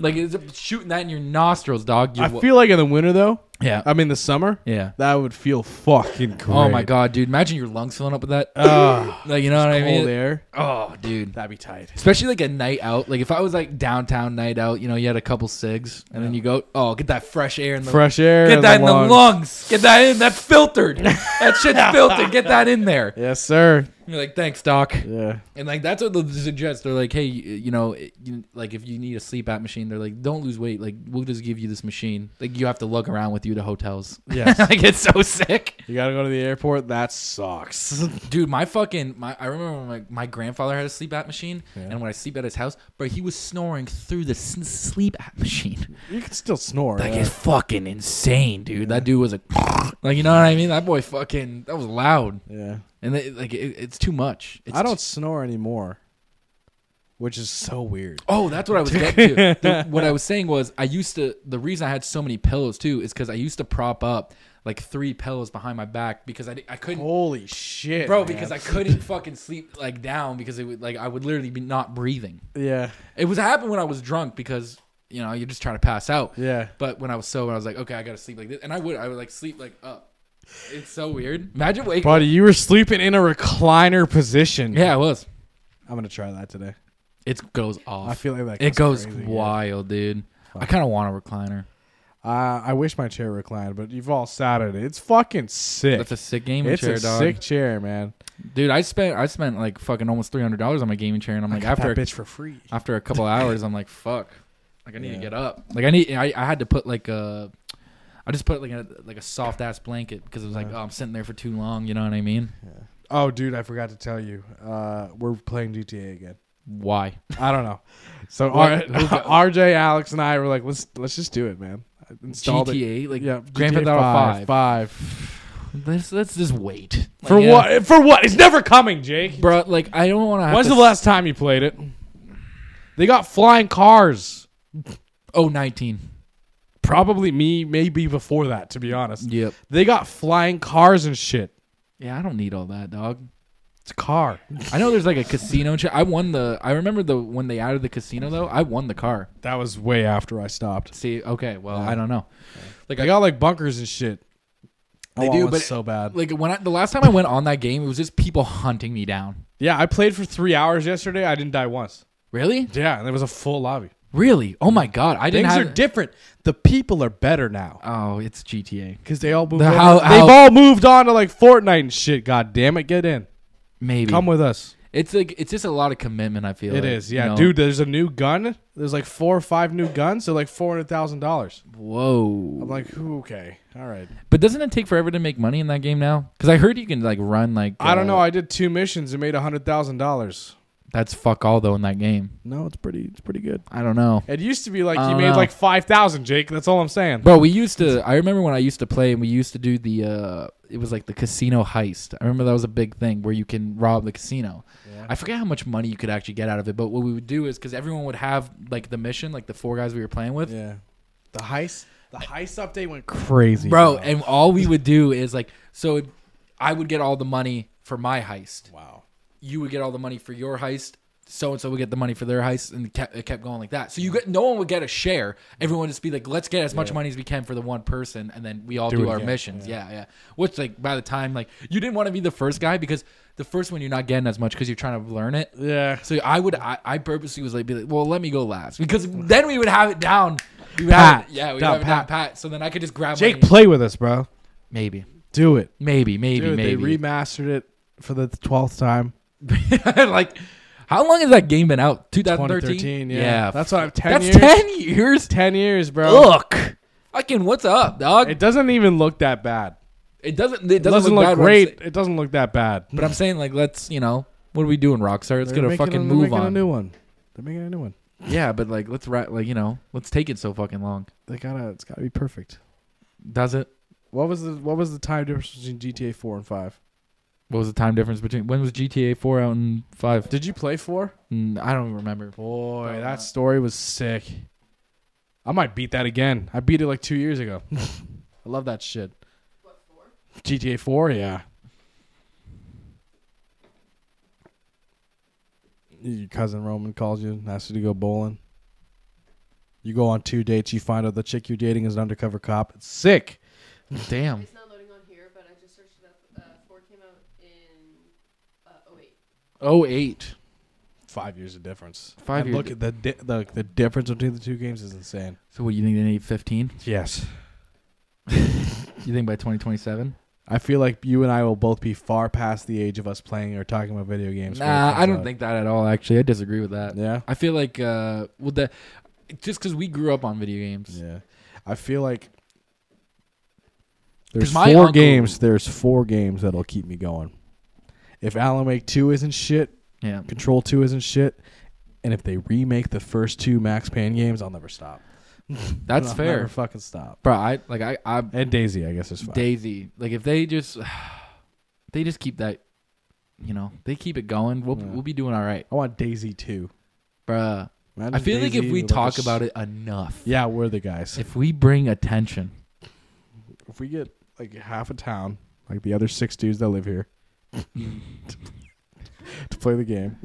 Like it's shooting that in your nostrils, dog. You,
I feel like in the winter though.
Yeah.
I mean the summer.
Yeah.
That would feel fucking great.
oh my god, dude! Imagine your lungs filling up with that.
Ah,
like you know what I
cold
mean?
air.
Oh, dude.
That'd be tight.
especially like a night out. Like if I was like downtown night out, you know, you had a couple cigs, and then you go, oh, get that fresh air in the
Fresh air.
get that in the
lungs.
lungs, get that in, that's filtered, that shit's filtered, get that in there.
Yes, sir.
You're like, thanks, doc,
Yeah.
and like that's what they'll suggest. They're like, hey, you you know, it- you, like if you need a sleep app machine, they're like, don't lose weight, like we'll just give you this machine. Like you have to lug around with you to hotels.
Yes.
like it's so sick.
You gotta go to the airport. That sucks.
Dude, my fucking my I remember when my, my grandfather had a sleep app machine, and when I sleep at his house, but he was snoring through the s- sleep app machine.
you can still snore.
Like
yeah.
it's fucking insane, dude. That dude was like, like you know what I mean? That boy fucking that was loud,
Yeah.
and they, like it, it's too much. It's
I don't
t-
snore anymore, which is so weird.
oh, that's what I was getting to. The- what I was saying was I used to. The reason I had so many pillows too is because I used to prop up like three pillows behind my back because I di- I couldn't
Holy shit,
bro
man.
because I couldn't fucking sleep like down because it would like I would literally be not breathing.
yeah.
It was happened when I was drunk because you know, you're just trying to pass out.
Yeah.
But when I was sober, I was like, okay, I gotta sleep like this, and I would, I would like sleep like up. It's so weird. Imagine waking.
Buddy, you were sleeping in a recliner position.
yeah, it was.
I'm gonna try that today.
It goes off.
I feel like that
it goes
goes crazy, yeah.
wild, dude. I kind of want a recliner.
Uh, I wish my chair reclined, but you've all sat in it. It's fucking sick.
That's a sick gaming
it's
chair,
a
dog.
sick chair, man.
Dude, I spent I spent like fucking almost three hundred dollars on my gaming chair, and I'm like
Got
after
that bitch for free.
after a couple hours, I'm like fuck, like I need
Yeah.
to get up. Like I need I, I had to put like a I just put like a like a soft ass blanket because it was like oh I'm sitting there for too long, you know what I mean?
Oh, dude, I forgot to tell you. Uh, we're playing GTA again.
Why?
I don't know. So
What?
R-
Who got-
RJ, Alex, and I were like, let's let's just do it, man. I Installed it.
GTA like
Yeah,
Grand Theft
GTA
Auto
five,
Five.
five.
Let's let's just wait
For
Like, yeah.
what? For what? It's never coming, Jake.
bro? Like I don't want to.
When's the last time you played it? They got flying cars.
Oh, 19.
Probably me, maybe before that. To be honest,
Yep.
they got flying cars and shit.
Yeah, I don't need all that, dog.
It's a car.
I know there's like a casino. Cha- I won the. I remember the when they added the casino though. I won the car.
That was way after I stopped.
See, okay, well, I don't know. Like
They
I
got like bunkers and shit. I
They
want
do,
one
but-
so bad.
like when I, the last time I went on that game, it was just people hunting me down.
yeah, I played for three hours yesterday. I didn't die once.
Really?
Yeah, and there was a full lobby.
Really? Oh my god, I didn't
Things
have.
are different. The people are better now
oh, it's GTA.
because they all moved.
The
on-
how-
they've
how-
all moved on to like Fortnite and shit. God damn it, get in.
Maybe.
Come with us.
it's like it's just a lot of commitment. I feel
It
like,
is,
you
yeah,
know?
dude. There's a new gun. There's like four or five new guns. They're like four hundred thousand dollars. I'm
Whoa.
like, "Ooh, okay, all right.
But doesn't it take forever to make money in that game now? Because I heard you can like run like.
I don't
uh,
know. I did two missions and made hundred thousand dollars.
That's fuck all though in that game.
No, it's pretty. It's pretty good.
I don't know.
It used to be like you
don't
made
know.
like five thousand, Jake. That's all I'm saying.
Bro, we used to. I remember when I used to play, and we used to do the. uh It was like the casino heist. I remember that was a big thing where you can rob the casino. I forget how much money you could actually get out of it, but what we would do is because everyone would have like the mission, like the four guys we were playing with,
yeah, the heist. The heist update went crazy,
bro. And all we would do is like, so it- I would get all the money for my heist.
wow.
You would get all the money for your heist. So and so would get the money for their heist, and it kept, it kept going like that. So you get no one would get a share. Everyone would just be like, let's get as much money as we can for the one person, and then we all do,
it
our
again.
missions. Yeah. yeah, Which like by the time like you didn't want to be the first guy because the first one you're not getting as much because you're trying to learn it.
Yeah.
So I would, I, I purposely was like, be like, well, let me go last because then we would have it down. We would have
Pat.
it- yeah, we would
Down
have it down
pat.
pat. So then I could just grab
Jake,
money.
play with us, bro.
maybe,
Do it.
maybe, maybe,
Dude,
maybe.
they remastered it for the twelfth time.
like, how long has that game been out? 2013.
2013. Yeah. That's what I'm. Ten
that's
years.
ten years.
Ten years, bro.
Look, fucking, what's up, dog?
It
It,
doesn't even look that bad.
doesn't. It doesn't,
It doesn't,
look,
look
bad when I'm
great.
sa-
It doesn't look that bad.
but I'm saying, like, let's, you know, what are we doing, Rockstar? Let's get a fucking move
A
on.
new one. They're making a new one.
yeah, but like, let's ra- like, you know, let's take it so fucking long.
They gotta. It's gotta be perfect.
Does it?
What was the What was the time difference between GTA Four and Five?
What was the time difference between when was GTA Four out and Five?
Did you play Four?
Mm, I don't remember.
Boy,
Probably
that
not.
story was sick. I might beat that again. I beat it like two years ago. I love that shit. GTA Four, yeah. Your cousin Roman calls you and asks you to go bowling. You go on two dates. You find out the chick you're dating is an undercover cop. It's sick. Oh.
Damn.
It's not loading on here, but I just searched it up. Uh, Four came out in uh, 08.
Oh eight.
Five years of difference.
Five
And
years
Look at the, di- the the difference between the two games is insane.
So what do you think they need fifteen?
Yes.
You think by twenty twenty seven?
I feel like you and I will both be far past the age of us playing or talking about video games. when it
Nah,
comes
I don't
out.
think that at all. Actually, I disagree with that.
Yeah.
I feel like uh, well, the just because we grew up on video games.
Yeah. I feel like there's four
my uncle-
games. There's four games that'll keep me going. If Alan Wake Two isn't shit,
Yeah.
Control Two isn't shit, and if they remake the first two Max Payne games, I'll never stop.
That's
I'll
fair.
Never fucking stop.
Bro, I like I I
And Daisy, I guess is fine.
Daisy. Like if they just they just keep that, you know, they keep it going. We'll
Yeah.
we'll be doing all right,
I want Daisy Two.
bruh.
Imagine
I feel like
Daisy
if we
with, like,
talk
a
about
s-
it enough,
yeah, we're the guys.
if we bring attention,
if we get like half a town, like the other six dudes that live here, to play the game.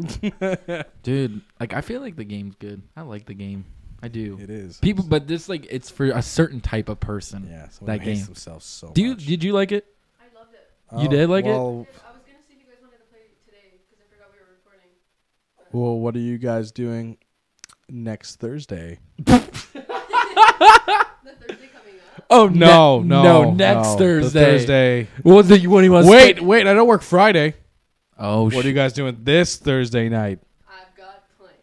dude. Like I feel like the game's good. I like the game. I I do.
It is
People, but this like it's for a certain type of person.
Yeah, someone
that
hates
game.
themselves so
Do you
much.
did you like it?
I loved it.
you did like it?
well,
I was gonna see if you guys wanted to play today because I forgot we were recording.
Well, what are you guys doing next Thursday?
The Thursday coming up.
Oh
No, no,
no! Next
no. The
Thursday.
Thursday.
What was it? You want to
Wait, wait! I don't work Friday.
Oh,
What are you guys doing this Thursday night?
I've got plans,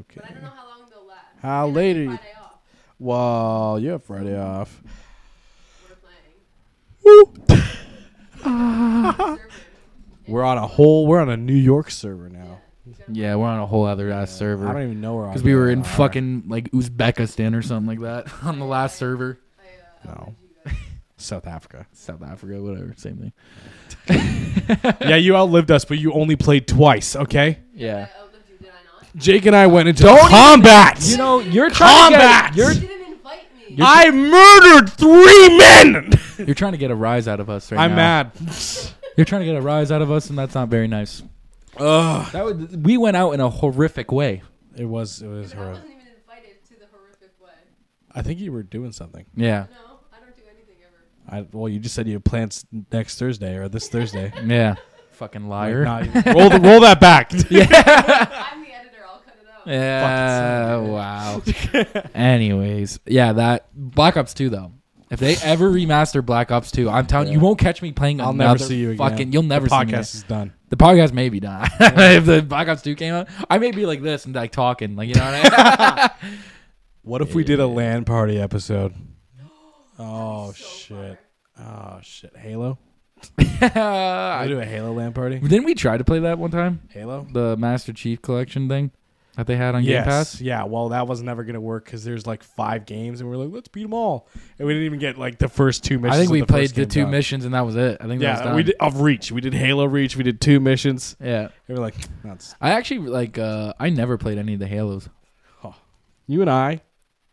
Okay.
but I don't know how long they'll last.
How
And I
late
get
are you-
Friday off.
Well, you have Friday off.
We're playing. Server.
We're on a whole. We're on a New York server now.
Yeah, we're on a whole other ass
I Uh, don't
server
even know where.
because we were in fucking like Uzbekistan or something like that on the last server.
uh,
no. South Africa.
South Africa, whatever, same thing.
yeah, you outlived us, but you only played twice. Okay.
Yeah.
I outlived you, did I not?
Jake and I went into
Don't
combat.
You know, you're trying
Combat!
to get,
You
you're
didn't invite me.
I murdered three men.
you're trying to get a rise out of us right
I'm
now.
mad.
You're trying to get a rise out of us, and that's not very nice.
Ugh.
That would we went out in a horrific way.
It was. It was
I
horrible.
wasn't even invited to the horrific way.
I think you were doing something.
Yeah.
No, I don't do anything ever.
I, well, you just said you had plans next Thursday or this Thursday.
Yeah. Fucking liar.
Nah, you- roll, the, roll that back.
I'm the editor. I'll cut it out.
Yeah. Wow. Anyways, yeah, that Black Ops 2 though. If they ever remaster Black Ops 2, I'm telling you, you won't catch me playing
I'll
another
never see you again.
fucking. You'll never
the
see me.
podcast is done.
The podcast may be done. if the Black Ops 2 came out, I may be like this and like talking, like you know what I mean.
What if we did a LAN party episode?
That'd
Oh
be so
shit!
far.
Oh shit! Halo. I
I-
do a Halo LAN party.
Didn't we try to play that one time?
Halo.
The Master Chief Collection thing that they had on Game
Yes.
Pass.
Yeah. Well, that was never gonna work because there's like five games, and we're like, let's beat them all, and we didn't even get like the first two missions.
I think
of
we
the
played
first
the
game
two
done.
missions and that was it. I think that was
Yeah,
done.
we did of Reach. We did Halo Reach. We did two missions.
Yeah,
And we're like, that's
I actually like. uh I never played any of the Halos.
you and I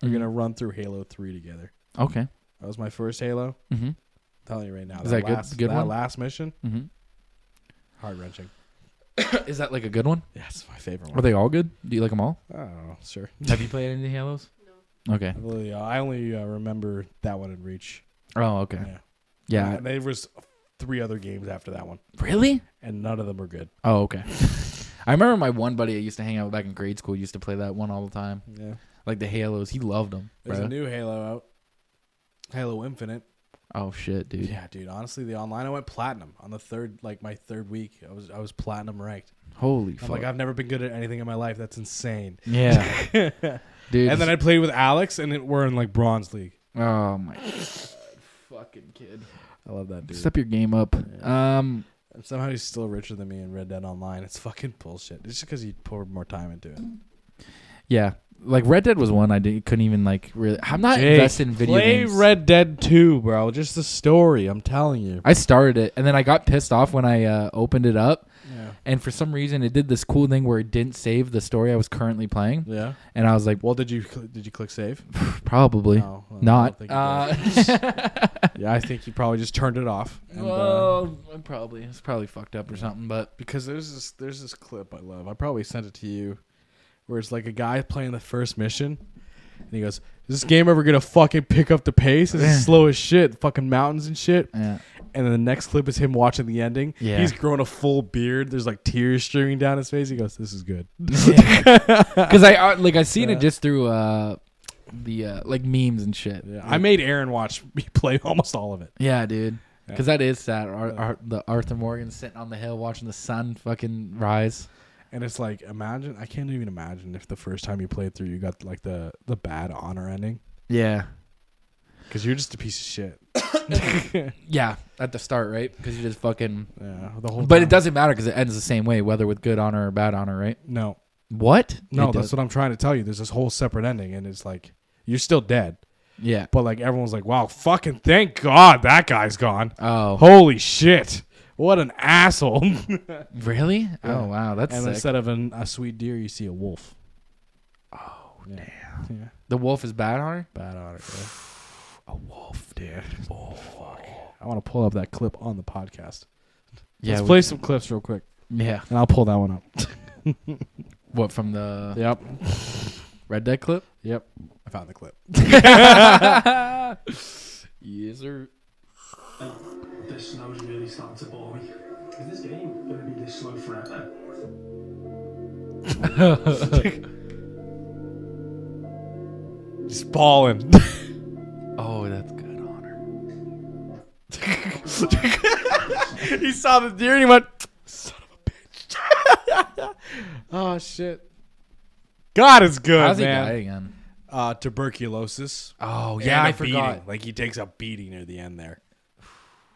are gonna run through Halo Three together.
Okay.
That was my first Halo.
Mm-hmm.
I'm telling you right now,
Is that
that,
good-
last,
good
that
one?
last mission,
Mm-hmm.
heart wrenching.
Is that like a good one?
Yeah, it's my favorite
Are
one.
they all good? Do you like them all?
I don't know, sure.
Have you played any Halos? Okay.
I, really, uh, I only uh, remember that one in Reach.
Oh, okay.
Yeah.
Yeah.
And there was three other games after that one,
Really?
and none of them were good.
Oh, okay. I remember my one buddy I used to hang out with back in grade school used to play that one all the time.
Yeah.
Like the Halos, he loved them.
There's a new Halo out, Halo Infinite.
oh shit, dude.
Yeah, dude. Honestly, the online I went platinum on the third, like my third week. I was I was platinum ranked.
Holy
I'm
fuck.
like I've never been good at anything in my life. That's insane.
yeah. dude.
And then I played with Alex, and it, we're in like bronze league.
Oh my god. Fucking kid.
I love that dude.
Step your game up. Um
And somehow he's still richer than me in Red Dead Online. It's fucking bullshit. It's just because you poured more time into it.
yeah. Like Red Dead was one I didn't, couldn't even like really I'm not invested in video
play
games.
Red Dead Two, bro. Just the story. I'm telling you.
I started it and then I got pissed off when I uh, opened it up
Yeah.
and for some reason it did this cool thing where it didn't save the story I was currently playing
Yeah.
and I was like
Well, did you cl- did you click save?
probably
No, I don't
not.
think you
Uh,
did. yeah, I think you probably just turned it off. And, uh,
well, I'm probably it's probably fucked up or something but
because there's this there's this clip I love. I probably sent it to you, where it's like a guy playing the first mission, and he goes, "Is this game ever gonna fucking pick up the pace? It's slow as shit. Fucking mountains and shit."
yeah.
And then the next clip is him watching the ending.
Yeah.
He's grown a full beard. There's like tears streaming down his face. He goes, "This is good."
Because I uh, like I seen it just through uh the uh, like memes and shit.
Yeah. I made Aaron watch me play almost all of it.
Yeah, dude. Because that is sad. Ar- Ar- the Arthur Morgan sitting on the hill watching the sun fucking rise.
And it's like, imagine I can't even imagine if the first time you played through you got like the the bad honor ending
Yeah.
because you're just a piece of shit.
Yeah, at the start, right? Because you just fucking.
Yeah, the whole.
But it
time.
doesn't matter because it ends the same way, whether with good honor or bad honor, right?
No,
What?
no,
It
that's
does.
what I'm trying to tell you. There's this whole separate ending, and it's like you're still dead,
yeah.
but like everyone's like, "Wow, fucking thank God that guy's gone."
Oh,
Holy shit, what an asshole! and
really? Oh wow, that's sick.
instead of an, a sweet deer, you see a wolf. Oh yeah. damn! Yeah,
the wolf is bad honor.
bad honor. Yeah. a wolf, dude. Oh, fuck. I want to pull up that clip on the podcast.
Yeah.
Let's
we-
play some clips real quick,
yeah.
and I'll pull that one up.
What from the?
yep.
Read that clip?
Yep. I found the clip.
Yes, sir.
This snow's really starting to bore me. Is this game gonna be this slow forever?
Just balling.
Oh, that's good honor.
he saw the deer and he went, son of a bitch. oh, shit. God is good,
How's he
man.
die again?
Uh, tuberculosis.
Oh
And
yeah, I
a
forgot.
Beating. Like he takes a beating near the end there.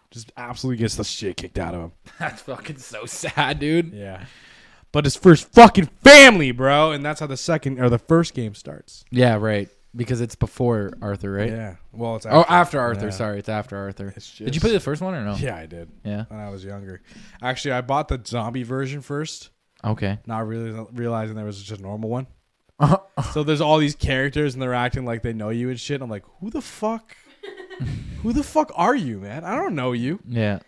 Just absolutely gets the shit kicked out of him.
That's fucking so sad, dude.
Yeah. But it's for his fucking family, bro. And that's how the second or the first game starts.
Yeah, right. Because it's before Arthur, right?
Yeah. Well, it's
Oh, after Arthur.
Yeah.
Sorry, it's after Arthur.
It's
Did you
just-
play the first one or no?
Yeah, I did.
Yeah.
When I was younger. Actually, I bought the zombie version first,
Okay.
not really realizing there was just a normal one. so there's all these characters and they're acting like they know you and shit. I'm like, who the fuck? who the fuck are you, man? I don't know you.
Yeah.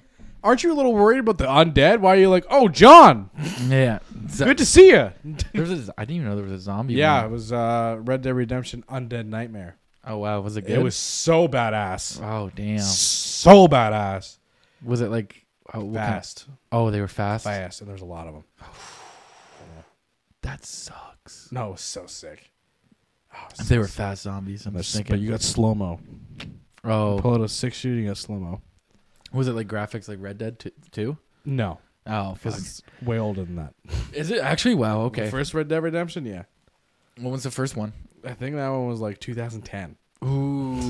Aren't you a little worried about the undead? Why are you like, oh, John,
Yeah. So,
good to see you?
There's a, I didn't even know there was a zombie.
yeah, it
one.
was uh, Red Dead Redemption Undead Nightmare.
Oh wow, was it good?
It was so badass.
Oh damn.
So badass.
Was it like oh, what kind of-
Fast.
oh, they were fast.
Fast. And there's a lot of them.
That sucks.
No, it was so sick. Oh,
If they were fast zombies, I'm just thinking.
But you got slow mo.
oh,
Pull out a six shooting, you got slow mo.
was it like graphics like Red Dead t- Two?
No,
Oh, fuck.
because it's way older than that.
is it actually? Wow. Okay.
First Red Dead Redemption, yeah.
what was the first one?
I think that one was like 2010.
Ooh.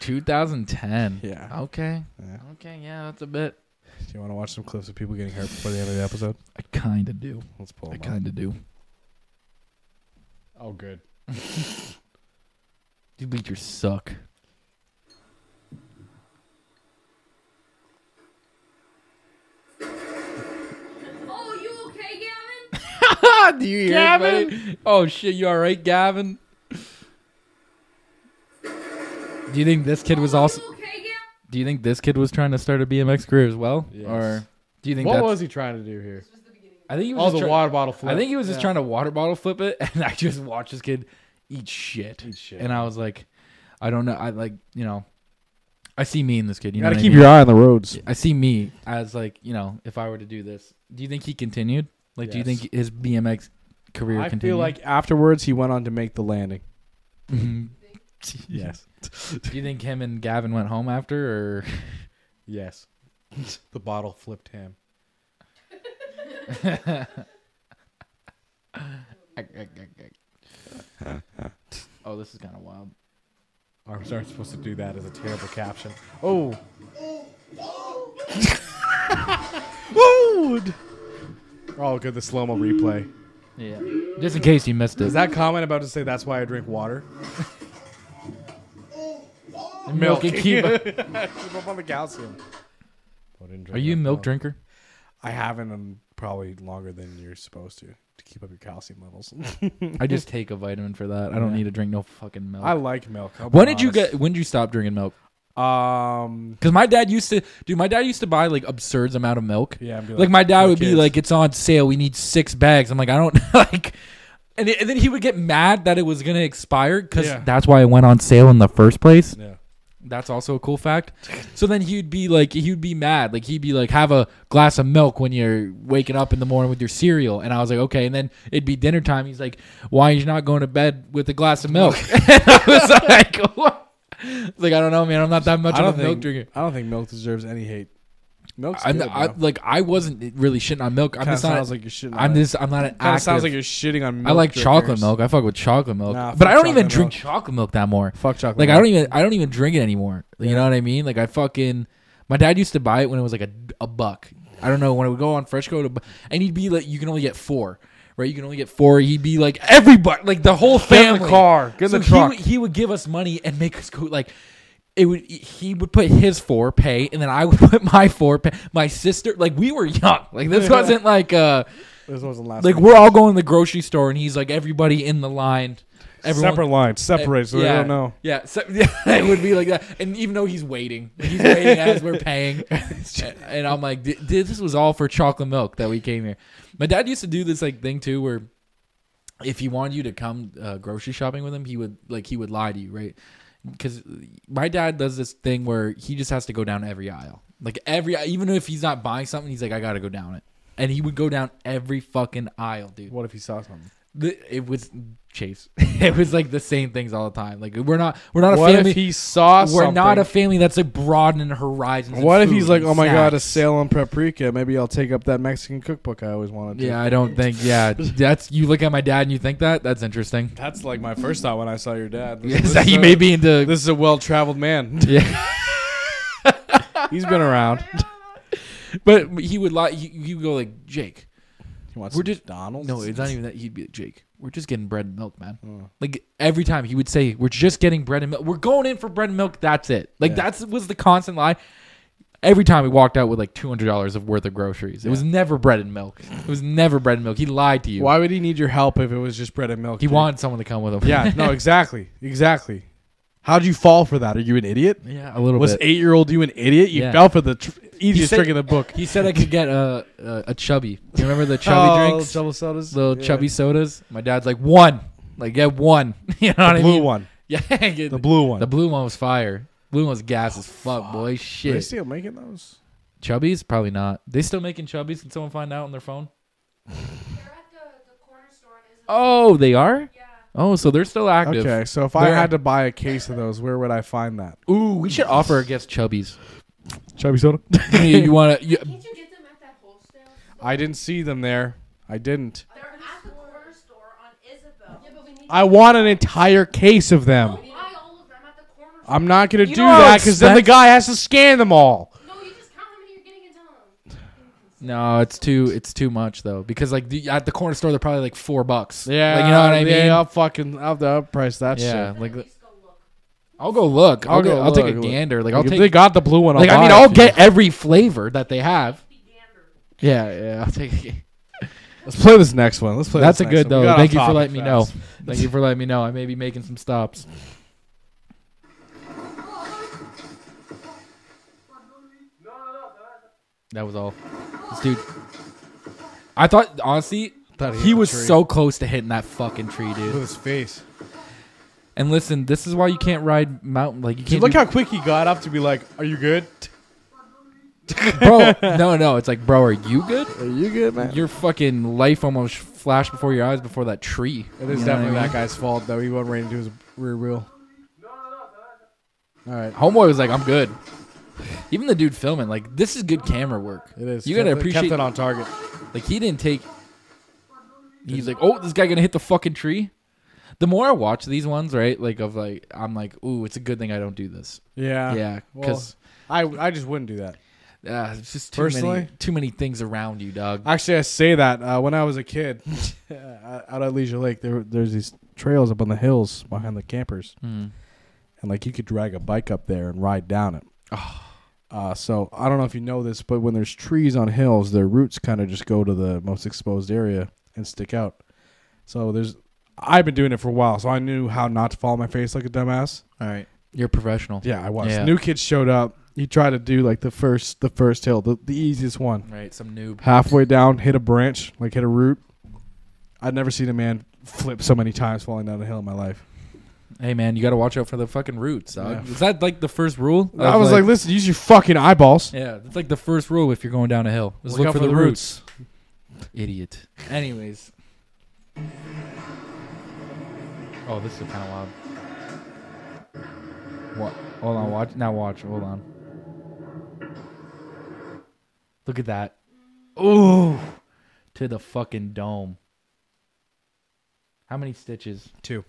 2010.
Yeah.
Okay.
Yeah.
Okay. Yeah, that's a bit.
Do you want to watch some clips of people getting hurt before the end of the episode?
I kind of do.
Let's pull
I
them up.
kind of do.
Oh, good.
You bleachers suck.
Oh, you okay, Gavin?
Ah, do you hear Gavin? Oh shit, you all right, Gavin? Do you think this kid
Oh,
was also?
You okay, Gavin?
Do you think this kid was trying to start a BMX career as well,
Yes.
or do you think
What
that's,
was he trying to do here?
I think he was
Oh,
just
the
try-
water bottle flip.
I think he was just
Yeah.
trying to water bottle flip it, and I just watched this kid eat shit.
Eat shit.
And I was like, I don't know. I like, you know, I see me in this kid. You,
You
know
gotta
what
keep
I mean?
your eye on the roads.
I see me as like, you know, if I were to do this, do you think he continued? Like, do you
Yes.
think his BMX career
I
continued?
feel like afterwards he went on to make the landing.
Mhm.
Yes.
do you think him and Gavin went home after, or
Yes. the bottle flipped him.
oh, this is kind of wild.
Arms aren't supposed to do that as a terrible caption. Oh. Wood. Oh, good. The slow mo replay.
Yeah. Just in case you missed it,
Is that comment about to say that's why I drink water?
milk and keep. Are
Keep up on the calcium.
you a
Oh.
milk drinker?
I haven't in probably longer than you're supposed to to keep up your calcium levels.
I just take a vitamin for that. I don't need to drink no fucking milk.
I like milk. I'll be
when did you
honest.
get? When did you stop drinking milk?
Um,
Because my dad used to, dude. My dad used to buy like absurd amount of milk.
Yeah, and be
Like,
like,
my dad
"For
would be
kids."
like, "It's on sale. We need six bags." I'm like, I don't like. And, it- and then he would get mad that it was gonna expire because
Yeah.
that's why it went on sale in the first place.
yeah.
That's also a cool fact. So then he'd be like, he'd be mad. Like he'd be like, have a glass of milk when you're waking up in the morning with your cereal. And I was like, okay. And then it'd be dinner time. He's like, why are you not going to bed with a glass of milk? and I was like, what? It's like I don't know, man. I'm not that much
I
of a
don't
milk
think
drinker.
I don't think milk deserves any hate. Milk's
I'm
good,
I,
bro.
like I wasn't really shitting on milk. I'm
Kinda
just not.
sounds like you're shitting on
I'm
it.
just. I'm not an
Kind of
active.
sounds like you're shitting on. Milk
I like chocolate
drinkers.
milk. I fuck with chocolate milk,
Nah,
but
fuck
I don't even
chocolate
drink
milk.
chocolate milk that more.
Fuck chocolate.
Like
milk.
I don't even I don't even drink it anymore. You know what I mean? Like I fucking my dad used to buy it when it was like a, a buck. I don't know when I would go on Freshco to, bu- and he'd be like, you can only get four, right? You can only get four. He'd be like, everybody, like the whole
Get in the
family.
car. Get in
So
the
he
truck.
would- He, would give us money and make us go like. It would. He would put his four pay, and then I would put my four pay. My sister, like we were young, like this wasn't like uh,
This wasn't last.
like
week.
we're all going to the grocery store, and he's like everybody in the line. Everyone,
separate lines, separate, so
yeah.
they don't know.
Yeah, so, yeah, it would be like that. And even though he's waiting, he's waiting as we're paying. And, and I'm like, "Th- this was all for chocolate milk that we came here. My dad used to do this like thing too, where if he wanted you to come uh, grocery shopping with him, he would like he would lie to you, right? Because my dad does this thing where he just has to go down every aisle, like every even if he's not buying something, he's like, I gotta go down it, and he would go down every fucking aisle, dude.
What if he saw something?
The- it was Chase. it was like the same things all the time. Like we're not we're not a
What
family.
if he saw
we're
something?
not a family that's like broadening horizons. in
What if
food
he's like,
and
oh my god, a
snacks."
sale on paprika? Maybe I'll take up that Mexican cookbook I always wanted. to.
Yeah, I don't think. Yeah, that's you look at my dad and you think that that's interesting.
that's like my first thought when I saw your dad. This,
Yes,
this is
he
a-
may be into
This is a well-traveled man.
Yeah,
he's been around.
but he would lie. He, he would go like Jake.
He wants
We're just
Donald.
No, it's not even that. He'd be like, Jake. We're just getting bread and milk, man.
Hmm.
Like every time he would say, "We're just getting bread and milk. We're going in for bread and milk. That's it." Like
Yeah.
that's was the constant lie. Every time he walked out with like two hundred dollars of worth of groceries, it was never bread and milk. It was never bread and milk. He lied to you.
Why would he need your help if it was just bread and milk?
He
dude?
wanted someone to come with him.
Yeah. No. Exactly. Exactly. How'd you fall for that? Are you an idiot?
yeah, a little
Was
bit.
eight-year-old you an idiot? You
Yeah.
fell for the tr- easiest
said- Oh,
trick in the book.
He said I could get a a, a chubby. You remember the chubby
Oh,
drinks,
double sodas,
little
Yeah.
chubby sodas? My dad's like one. Like get one. you know what
The
I
blue
mean?
one.
Yeah, get-
The blue one.
The blue one was fire. Blue one's gas as
Oh,
fuck, boy. Shit.
They still making those?
Chubbies? Probably not. They still making chubbies? Can someone find out on their phone?
They're at the, the corner store. and there's a-
Oh, they are?
Yeah.
Oh, so they're still active.
Okay, so if I
They're-
had to buy a case of those, where would I find that?
Ooh, we should offer our guests chubbies.
Chubby soda.
you, you wanna you,
Can't you get them at that wholesale?
I didn't see them there. I didn't.
They're at the corner store on Isabel. Yeah, but we need
I want an entire case of them.
to buy all of them at the corner store.
I'm not gonna do
know how
that because then the
expensive-
guy has to scan them all.
No, you just count how many you're getting and tell them.
No, it's too it's too much though. Because like the, at the corner store they're probably like four bucks.
Yeah,
Like you know what I mean?
Yeah, I'll fucking I'll, I'll price that
Yeah,
shit.
like
At least go look.
I'll go look. I'll,
I'll
go.
go
I'll take a
look.
gander. Like I'll
Like, if
take.
they got the blue one. I'll
like I mean,
buy it
I'll
if
get every flavor that they have.
Be gander.
Yeah, yeah. I'll take. A, gander.
you- Let's play this next one. Let's play.
That's a
this next
good
one. We
though.
got
Thank
off
you for
topic
letting me know.
fast.
Thank you for letting me know. I may be making some stops. That was all. This dude. I thought honestly,
Thought he hit
he
the
was
tree.
so close to hitting that fucking tree,
With
dude.
his face.
And listen, this is why you can't ride mountain. Like you
Dude,
can't.
look
do-
how quick he got up to be like, "Are you good?
bro. No, no. It's like, bro, are you good?
Are you good, man?"
Your fucking life almost flashed before your eyes before that tree.
It is
You know
definitely
what I
that
mean?
guy's fault, though. He went right into his rear wheel. All right.
Homeboy was like, "I'm good." Even the dude filming, like, this is good camera work.
It is.
You gotta
Kept it-
appreciate.
kept it on target.
Like he didn't take. He's like, "Oh, this guy gonna hit the fucking tree." The more I watch these ones, right, like of like, I'm like, "Ooh, it's a good thing I don't do this."
Yeah.
yeah,
Ah, Well,
because
I I just wouldn't do that.
uh, it's just too many
personally-
too many things around you, dog.
Actually, I say that uh, when I was a kid, uh, out at Leisure Lake, there there's these trails up on the hills behind the campers,
Hmm.
and like you could drag a bike up there and ride down it. Uh, so I don't know if you know this, but when there's trees on hills, their roots kind of just go to the most exposed area and stick out. So there's, I've been doing it for a while, so I knew how not to fall on my face like a dumbass.
All right, you're a professional.
Yeah, I was.
Yeah.
New kids showed up. He tried to do like the first, the first hill, the, the easiest one
Right, some noob.
halfway down, hit a branch, like hit a root. I'd never seen a man flip so many times falling down a hill in my life.
Hey man, you gotta watch out for the fucking roots. Dog.
Yeah.
Is that like the first rule?
I was like, listen, use your fucking eyeballs.
Yeah, that's like the first rule if you're going down a hill. Is look,
Look out
for,
for
the,
the
roots. Idiot. Anyways. Oh, this is kind of loud. What? Hold on. Watch now. Watch. Hold on. Look at that. Ooh, to the fucking dome. How many stitches?
Two.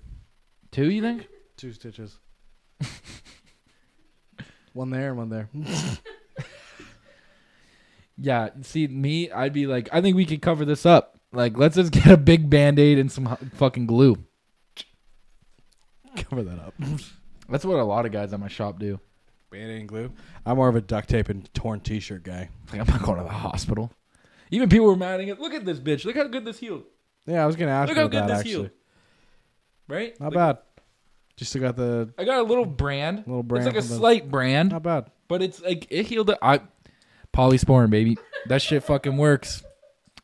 Two, you think?
Two stitches. one there and one there.
Yeah, see me, I'd be like, I think we could cover this up. Like, let's just get a big band aid and some hu- fucking glue.
Cover that up.
That's what a lot of guys at my shop do.
Band aid and glue. I'm more of a duct tape and torn t shirt guy.
Like, I'm not going to the hospital. Even people were mad at it. Look at this bitch. Look how good this healed.
Yeah, I was going to ask
Look
you
how
about
good
that
this
actually.
healed. Right? Like,
Not bad. Just still got the.
I got a little brand.
Little brand
It's like a
from the-
slight brand,
Not bad.
but it's like it healed. It. I polysporin, baby. That shit fucking works.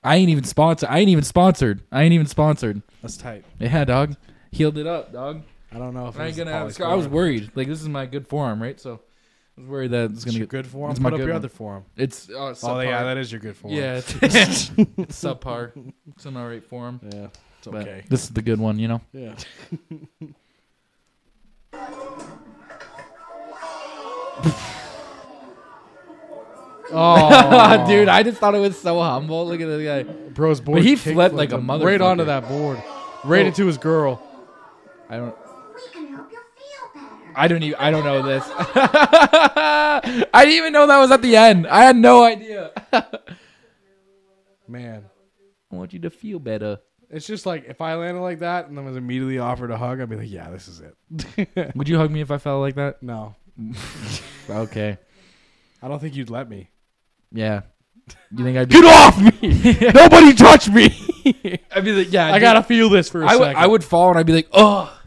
I ain't even sponsored. I ain't even sponsored. I ain't even sponsored.
That's tight.
Yeah, dog. Healed it up, dog.
I don't know if
I ain't
it's
gonna have a scar.
polysporin.
I was worried. Like this is my good forearm, right? So I was worried that it's
It's
gonna
your
get
good form.
It's
Put
my
up
good
your
one.
other form.
It's oh, it's
Oh
subpar.
yeah, that is your good form.
yeah, it's, it's subpar. It's an alright form.
yeah. It's
But
okay.
this is the good one, you know.
Yeah. oh,
dude, I just thought it was so humble. Look at this guy.
bro's boy.
he
kick
flipped like a
him Right onto
motherfucker.
that board. Right
Oh.
into his girl.
I don't. I don't even. I don't know this. I didn't even know that was at the end. I had no idea. I
Man.
want you to feel better.
It's just like if I landed like that and then was immediately offered a hug, I'd be like, yeah, this is it.
Would you hug me if I fell like that?
no,
Okay.
I don't think you'd let me.
Yeah. You think I'd be?
Get off me! Nobody touch me!
I'd be like, yeah.
I gotta feel this for a
I would.
second.
I would fall and I'd be like, oh,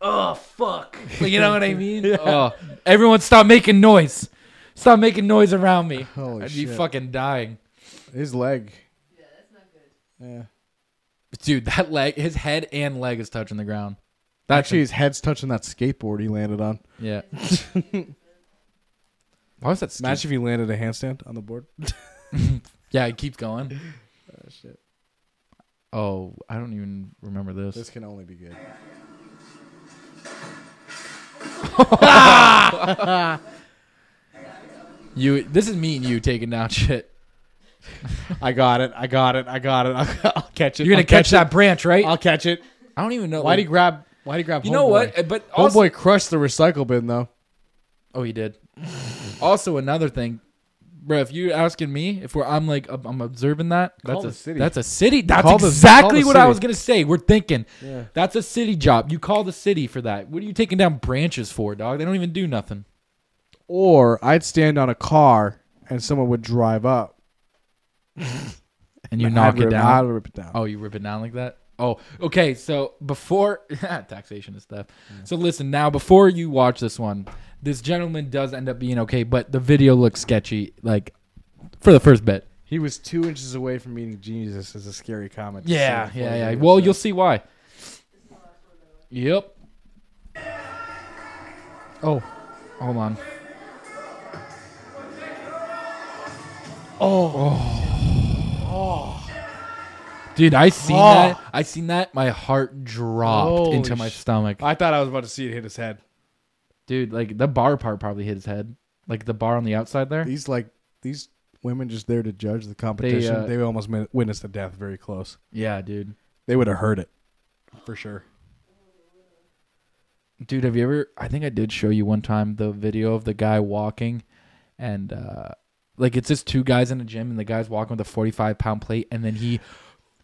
oh, fuck. Like, you know what I mean? Oh, everyone, stop making noise. Stop making noise around me.
Holy
I'd be
shit.
fucking dying.
His leg. Yeah.
Dude, that leg, his head and leg is touching the ground. That's
Actually, his head's touching that skateboard he landed on.
Yeah. Why was that? Stupid?
Imagine if he landed a handstand on the board.
Yeah, it keeps going. Oh, I don't even remember this.
This can only be good.
You, this is me and you taking down shit.
I got it. I got it. I got it. I'll, I'll catch it.
You're gonna
I'll
catch, that branch, right?
I'll catch it.
I don't even know.
Why'd he
like-
grab? Oh, Why'd he grab?
you know
homeboy?
what? Uh, But
Homeboy
also,
crushed the recycle bin though.
oh, he did. also, another thing, bro. If you're asking me, if we're, I'm like, ob- I'm observing that.
Call
that's a
the city.
That's a city. That's
Call the-
exactly
call the
what I
city.
was gonna say. We're thinking.
Yeah.
That's a city job. You call the city for that. What are you taking down branches for, dog? They don't even do nothing.
Or I'd stand on a car and someone would drive up.
And you
I'd
knock it
rip-
down.
I'd rip it down.
Oh, you rip it down like that? Oh, okay. So before taxation is theft. So listen now. Before you watch this one, this gentleman does end up being okay, but the video looks sketchy. Like for the first bit.
He was two inches away from meeting Jesus. Is a scary comment. to say before
yeah,
you
yeah.
leave,
Well,
so.
you'll see why. Yep. Oh, hold on. Oh. Oh. Dude, I seen
Oh.
that. I seen that. My heart dropped
Holy
into my
sh-
stomach.
I thought I was about to see it hit his head.
Dude, like the bar part probably hit his head. Like the bar on the outside there.
These like these women just there to judge the competition. They,
uh,
almost min- witnessed the death very close.
Yeah, dude.
They would have heard it for sure.
Dude, have you ever? I think I did show you one time the video of the guy walking, and uh like it's just two guys in a gym, and the guy's walking with a forty-five pound plate, and then he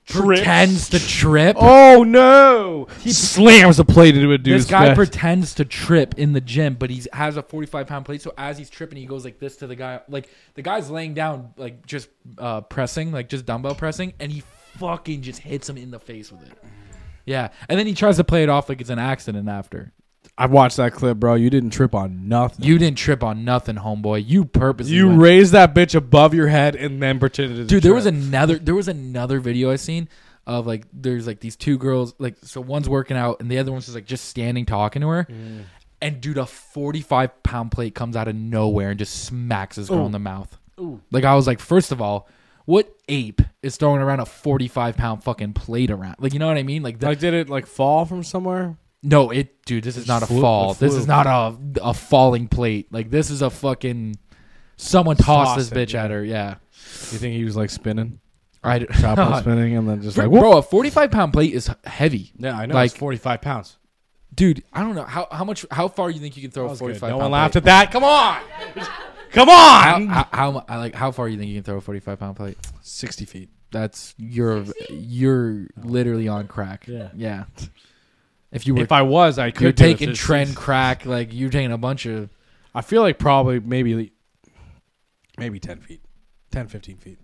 pretends to trip.
Oh no! He slams a plate into a dude's
this guy
face.
pretends to trip in the gym, but he has a forty-five pound plate. So as he's tripping, he goes like this to the guy. Like the guy's laying down, like just uh pressing, like just dumbbell pressing, and he fucking just hits him in the face with it. Yeah, and then he tries to play it off like it's an accident after.
I watched that clip, bro. You didn't trip on nothing.
You didn't trip on nothing, homeboy. You purposely
You
went-
raised that bitch above your head and then pretended. to
dude. There was
trip.
another. There was another video I seen of like there's like these two girls like so one's working out and the other one's just like just standing talking to her,
Mm.
and dude a 45 pound plate comes out of nowhere and just smacks this girl in the mouth. Like I was like, first of all, what ape is throwing around a 45 pound fucking plate around? Like you know what I mean? Like, the,
like did it like fall from somewhere?
no, it dude, this is not a
flew- it
fall. This
flew.
is not a a falling plate. Like this is a fucking someone tossed
Tossed
this
it,
bitch at her. Yeah.
You think he was like spinning,
I
chopper spinning, and then just like
Bro,
whoop.
bro, a 45 pound plate is heavy.
Yeah, I know.
Like,
it's forty five pounds.
dude, I don't know how how much how far you think you can throw
That
a
was good.
45
No
pound
one laughed
plate?
at that. Come on, come
How,
on.
how, how mu- I like how far you think you can throw a 45 pound plate?
Sixty feet.
That's you're you're literally on crack.
Yeah.
yeah. If you were
If I was, I could.
you're
do it.
taking
It's-
trend crack, like you're taking a bunch of
I feel like probably maybe maybe 10 feet, 10, 15 feet.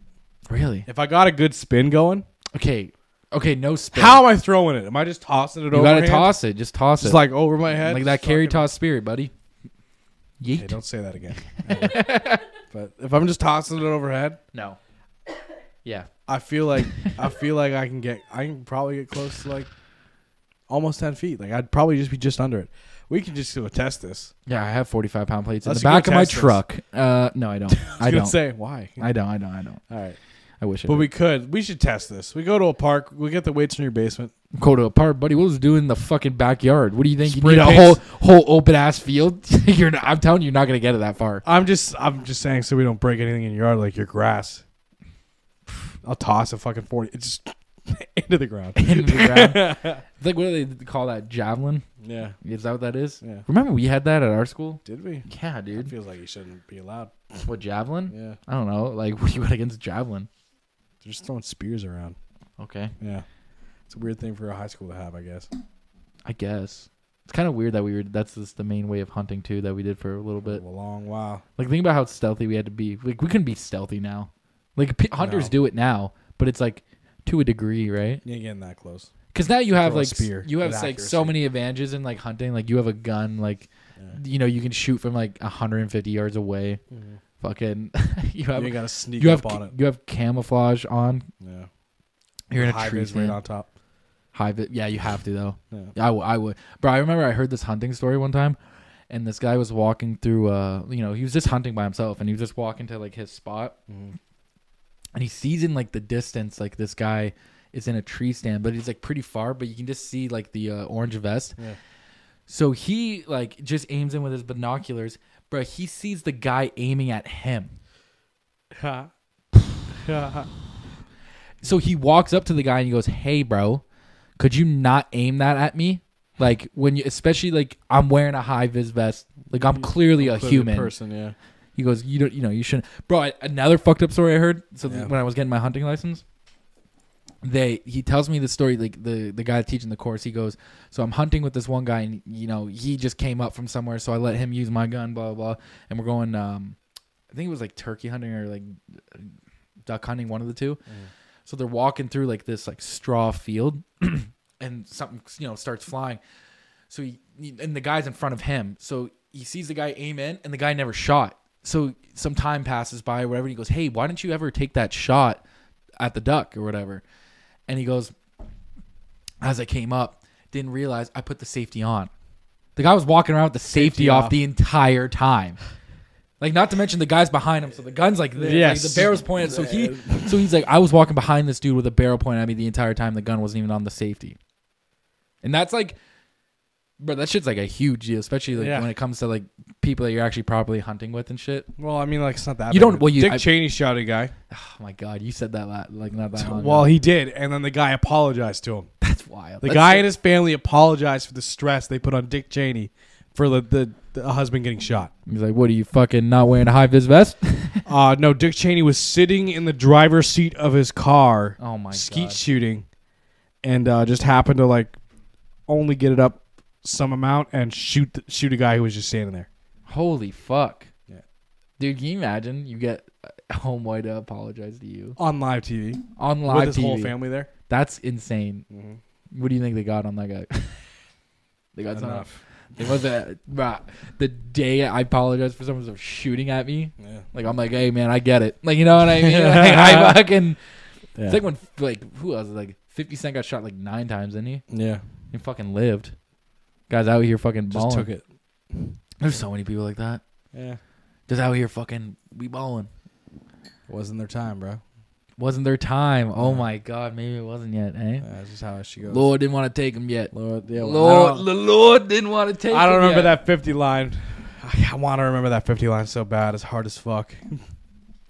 really
If I got a good spin going,
okay, okay, no spin.
how am I throwing it? Am I just tossing it
you
over?
gotta toss it? Just toss
Just
it,
like over my head.
like that
Just
carry
fucking-
toss spirit, buddy. Yeet.
Okay, don't say that again. but if I'm just tossing it overhead,
no. Yeah.
I feel like I feel like I can get I can probably get close to like almost ten feet. Like I'd probably just be just under it. We could just do a test this.
Yeah, I have 45 pound plates
Let's
in the back
go
of my
test this.
truck. Uh, no, I don't. I,
was
don't.
gonna say why.
I don't. I don't. I don't.
All right,
I wish. I
but
did.
we could. We should test this. We go to a park. We get the weights in your basement.
go to a park, buddy. What was doing in the fucking backyard? What do you think? You
Spray
need a whole
paints.
whole open ass field. you're. Not, I'm telling you, you're not gonna get it that far.
I'm just I'm just saying so we don't break anything in your yard like your grass. I'll toss a fucking forty. It's just into the ground.
Into the ground. like what do they call that? Javelin?
Yeah.
Is that what that is?
Yeah.
Remember we had that at our school?
Did we?
Yeah, dude.
Feels like you shouldn't be allowed.
What javelin?
Yeah.
I don't know. Like what do you got against javelin?
They're just throwing spears around.
Okay,
Yeah. It's a weird thing for a high school to have, I guess.
I guess. It's kind of weird that we were. That's just the main way of hunting too that we did for a little bit.
a long while.
Like think about how stealthy we had to be. Like we couldn't be stealthy now. Like p- hunters
No.
do it now, but it's like to a degree, right?
You ain't getting that close.
Because now you have
Throw a
like s-
spear
you have
with
like so
accuracy.
many advantages in like hunting. Like you have a gun. Like you know you can shoot from like 150 yards away. Fucking you have
Mm-hmm. You ain't got to sneak
you have
up on
ca-
it.
you have camouflage on.
Yeah.
You're in a
High
tree.
vis right on top.
High vis. Yeah, you have to though.
Yeah.
Yeah, I w- I would. Bro, I remember I heard this hunting story one time, and this guy was walking through. Uh, you know, he was just hunting by himself, and he was just walking to like his spot, and he sees in like the distance, like this guy is in a tree stand, but he's like pretty far, but you can just see like the uh, orange vest.
Yeah.
So he like just aims in with his binoculars, bro. He sees the guy aiming at him. So he walks up to the guy and he goes, "Hey, bro, could you not aim that at me? Like when you, especially like I'm wearing a high vis vest. Like I'm clearly a
Clearly
human.
person, yeah.
He goes, you don't, you know, you shouldn't, bro. I, another fucked up story I heard. So th-
Yeah.
when I was getting my hunting license, they he tells me the story. Like the the guy teaching the course, he goes, so I'm hunting with this one guy, and you know he just came up from somewhere, so I let him use my gun, blah blah, blah. and we're going. um I think it was like turkey hunting or like duck hunting, one of the two. So they're walking through like this like straw field, and something you know starts flying. So he and the guy's in front of him. So he sees the guy aim in, and the guy never shot. So some time passes by, or whatever. And he goes, "Hey, why didn't you ever take that shot at the duck or whatever?" And he goes, "As I came up, didn't realize I put the safety on." The guy was walking around with the safety,
Safety
off.
off.
the entire time. Like not to mention the guy's behind him, so the gun's like this.
Yes.
Like the barrel's pointed. So he, so he's like, I was walking behind this dude with a barrel pointed at me the entire time. The gun wasn't even on the safety, and that's like, bro, that shit's like a huge deal, especially like
Yeah.
when it comes to like people that you're actually properly hunting with and shit.
Well, I mean, like, it's not that
You
bad.
don't- well, you-
Dick
I-
Cheney shot a guy.
Oh my god, you said that la- like not that long. ago.
Well, he did. And then the guy apologized to him.
that's wild.
The
That's
guy
so-
and his family apologized for the stress they put on Dick Cheney for the, the, the husband getting shot.
he's like, what are you fucking not wearing a high vis vest?
Uh, no, Dick Cheney was sitting in the driver's seat of his car.
Oh my
skeet
God.
shooting, and uh, just happened to like only get it up some amount and shoot the, shoot a guy who was just standing there.
Holy fuck.
Yeah.
Dude, can you imagine? You get a homeboy to apologize to you
on live TV
on live
with his
TV.
whole family there.
That's insane.
Mm-hmm.
What do you think they got on that guy? they got something.
Enough.
It wasn't bruh, the day I apologized for someone shooting at me.
Yeah.
Like I'm like, hey man, I get it. Like you know what I mean? Like, I fucking. It's like when like who else? Like 50 Cent got shot like nine times, didn't he?
Yeah,
He fucking lived. Guys out here fucking
just
balling.
took it.
There's so many people like that.
Yeah,
Just out here fucking we balling.
it wasn't their time, bro.
Wasn't their time. Oh my god, maybe it wasn't yet, eh?
That's just how she goes.
Lord didn't want to take him yet.
Lord, yeah, well, I
Lord,
don't-
the Lord didn't want to take.
I don't
him
remember
yet.
that fifty line. I want to remember that fifty line so bad. It's hard as fuck.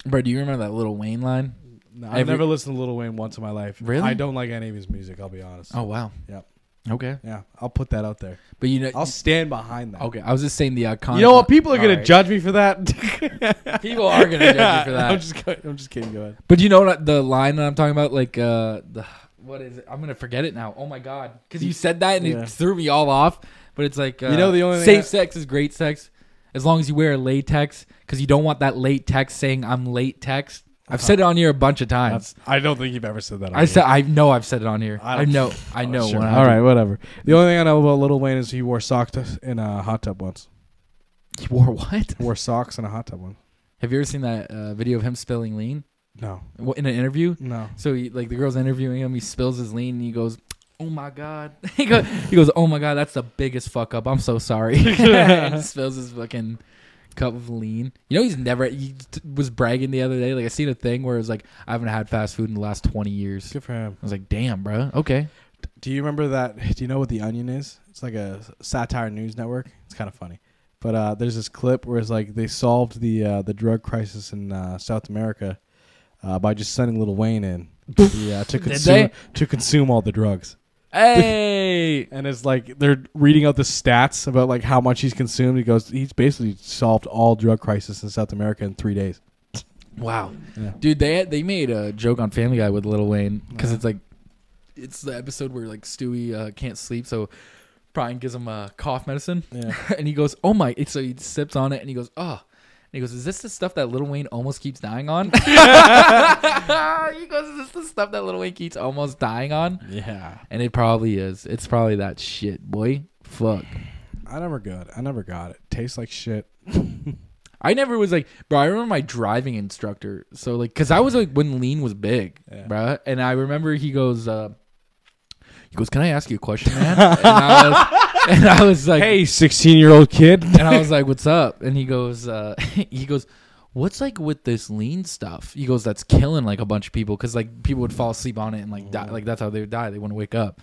Bro, do you remember that little Wayne line?
No, I've
Every-
never listened to Lil Wayne once in my life.
Really?
I don't like any of his music. I'll be honest.
Oh wow.
Yep.
Okay.
Yeah, I'll put that out there.
But you know,
I'll stand behind that.
okay. I was just saying the iconic.
You know what? People are
All
gonna
right.
judge me for that.
People are gonna judge you for that.
I'm just, kidding- I'm just kidding. Go ahead.
But you know what? The line that I'm talking about, like uh, the what is it? I'm gonna forget it now. Oh my god, because you said that and
Yeah.
it threw me all off. But it's like uh,
You know the only thing
safe
I-
sex is great sex, as long as you wear latex, because you don't want that late text saying I'm late text.
Uh-huh.
I've said it on here a bunch of times.
I don't think you've ever said that. on
I
here.
said I know I've said it on here.
I
I,
don't- Oh,
know I know.
Sure.
when I
All
do.
right, whatever. The only thing I know about Little Wayne is he wore socks to- in a hot tub once.
You wore what?
He wore socks in a hot tub once.
Have you ever seen that uh, video of him spilling lean?
No,
Wha- in an interview.
no.
So he like the girl's interviewing him. He spills his lean and he goes, "Oh my god." he goes, he goes, "Oh my god, that's the biggest fuck up. I'm so sorry." and he spills his fucking cup of lean. You know he's never. He t- was bragging the other day. Like I seen a thing where it was like, "I haven't had fast food in the last 20 years."
Good for him.
I was like, "Damn, bro. Okay."
Do you remember that? Do you know what the Onion is? It's like a satire news network. It's kind of funny, but uh, there's this clip where it's like they solved the uh, the drug crisis in uh, South America uh, by just sending Little Wayne in the, uh, to consume
they?
to consume all the drugs.
Hey.
And it's like they're reading out the stats about like how much he's consumed. He goes, he's basically solved all drug crisis in South America in three days.
Wow,
Yeah.
dude, they they made a joke on Family Guy with Little Wayne because it's like it's the episode where like Stewie uh, can't sleep, so Brian gives him uh, cough medicine,
Yeah.
and he goes, "Oh my!" So he sips on it, and he goes, "Oh." And he goes, "Is this the stuff that Little Wayne almost keeps dying on?" he goes, "Is this the stuff that Little Wayne keeps almost dying on?"
Yeah,
And it probably is. It's probably that shit, boy. Fuck.
I never got. I never got it. Tastes like shit.
I never was like, bro. I remember my driving instructor. So like, cause I was like when lean was big, bro. And I remember he goes, uh, he goes, "Can I ask you a question, man?" and, I was, and I was like,
Hey, sixteen-year-old kid.
and I was like, "What's up?" And he goes, uh, "He goes, what's like with this lean stuff?" He goes, "That's killing like a bunch of people because like people would fall asleep on it and like die. Like that's how they would die. They wouldn't wake up."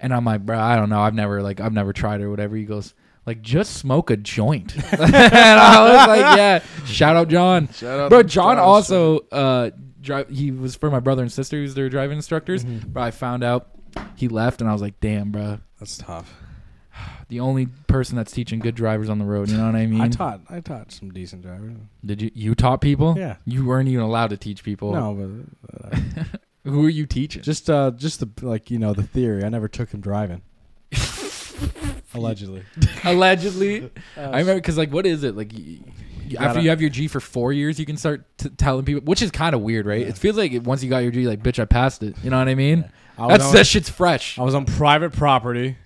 And I'm like, "Bro, I don't know. I've never like I've never tried it or whatever." He goes. Like just smoke a joint, and I was like, "Yeah." Shout out John, Shout out bro. John also uh, drive. He was for my brother and sister. He was their driving instructors. But I found out he left, and I was like, "Damn, bro."
That's tough.
The only person that's teaching good drivers on the road. You know what I mean?
I taught. I taught some decent drivers.
Did you you taught people?
Yeah.
You weren't even allowed to teach people.
No, but uh,
Who are you teaching?
just uh, just the like you know the theory. I never took him driving. Allegedly,
Allegedly. I remember because like what is it like? You, you- after
Uh, gotta-
you have your G for four years, you can start t- telling people, which is kind of weird, right? It feels like it, once you got your G, like bitch, I passed it. You know what I mean?
I was
That's
on-
that shit's fresh.
I was on private property,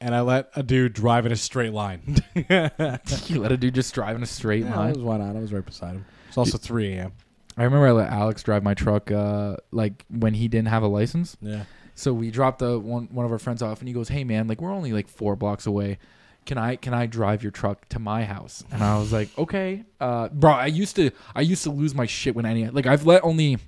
and I let a dude drive in a straight line. yeah,
you let a dude just drive in a straight
I
line.
was why not? I was right beside him. It's also three a.m.
I remember I let Alex drive my truck, uh, like when he didn't have a license.
Yeah.
So we dropped the one one of our friends off, and he goes, "Hey man, like we're only like four blocks away. Can I can I drive your truck to my house?" And I was like, "Okay, uh, bro. I used to I used to lose my shit when any like I've let only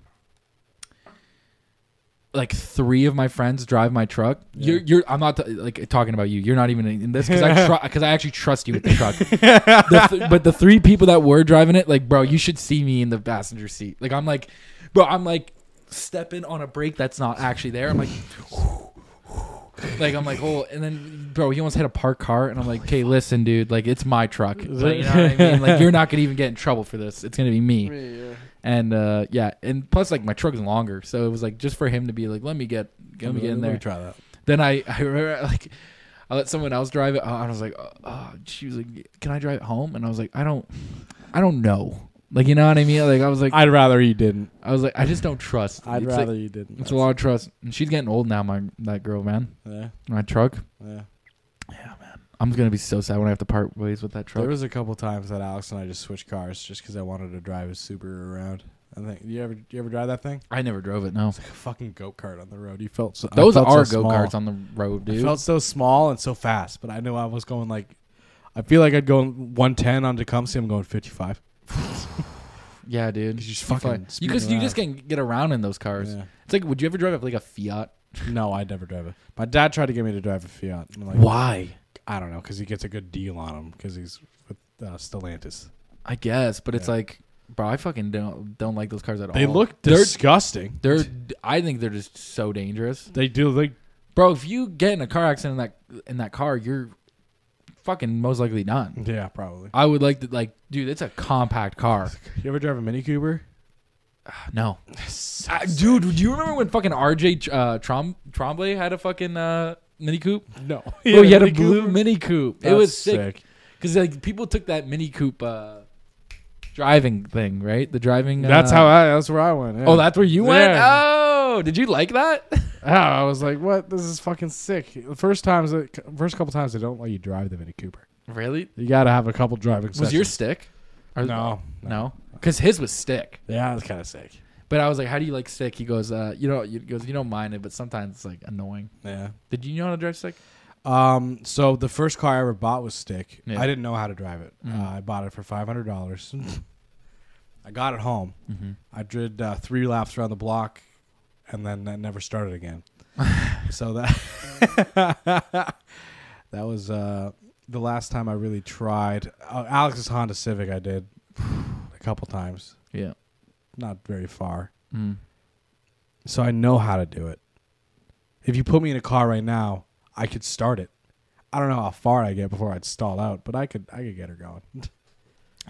like three of my friends drive my truck. You're you're I'm not t- like talking about you. You're not even in this because I because I actually trust you with the truck. The th- but the three people that were driving it, like bro, you should see me in the passenger seat. Like I'm like, bro, I'm like stepping on a brake that's not actually there. I'm like. Like I'm like, oh, and then, bro, he almost hit a parked car, and I'm like, okay, listen, dude, like it's my truck. Like, you know what I mean? Like you're not gonna even get in trouble for this. It's gonna be me and uh yeah and plus like my truck's longer so it was like just for him to be like let me get let me get in
Let
there
me try that.
then i i remember like i let someone else drive it oh, and i was like oh, oh, she was like can i drive it home and i was like i don't i don't know like you know what i mean like i was like i,
I'd rather you didn't.
was like i just don't trust
I'd
It's like-
rather you didn't.
it's a lot of trust and she's getting old now my that girl man
Yeah,
my truck
yeah.
i'm gonna be so sad when i have to part ways with that truck
There was a couple times that Alex and I just switched cars just because I wanted to drive his Subaru around. I think you ever you ever drive that thing?
i never drove it no
It's like a fucking go kart on the road. You felt so, I
those
felt so
are
small.
go-karts on the road
I
dude
felt so small and so fast, but I knew I was going like, I feel like I'd go 110 on Tecumseh. I'm going 55.
Yeah, dude. You
just
fi-
fucking
you,
speed
cause you
around.
just can get around in those cars.
Yeah.
It's like, would you ever drive up like a Fiat?
No, I'd never drive it. My dad tried to get me to drive a Fiat. I'm like,
Why?
I don't know, because he gets a good deal on him because he's with uh, Stellantis.
I guess, but it's like, bro, I fucking don't don't like those cars at
They
all.
look
they're
disgusting.
they're. I think they're just so dangerous,
they do like
bro. If you get in a car accident in that in that car, you're fucking most likely done.
yeah, probably.
I would like to like, dude, it's a compact car.
You ever drive a Mini Cooper?
No, Uh, dude, do you remember when fucking RJ uh, Trom- Trombley had a fucking uh, Mini Coupe?
No.
Bro, he had a blue Mini Coupe. It
That's
was sick.
sick.
Because like people took that Mini Coupe uh, driving thing, right? The driving.
That's
uh,
how I. That's where I went. yeah.
oh, that's where you went.
Yeah.
Oh, did you like that?
Oh, I was like, what? This is fucking sick. The first times, that- first couple times, they don't let you drive the Mini Cooper.
really?
You gotta have a couple driving.
Was your stick? Or-
no,
No, because his was stick.
Yeah, that's kind of sick.
But I was like, "How do you like sick?" He goes, uh, "You know," he goes, "You don't mind it, but sometimes it's like annoying."
Yeah.
Did you know how to drive stick?
Um. So the first car I ever bought was stick.
Yeah.
I didn't know how to drive it. Uh, I bought it for five hundred dollars. I got it home. I did uh, three laps around the block, and then that never started again. so that that was uh, the last time I really tried. Uh, Alex's Honda Civic. I did a couple times,
Yeah.
not very far.
Mm.
So I know how to do it. If you put me in a car right now, I could start it. I don't know how far I get before I'd stall out, but I could I could get her going.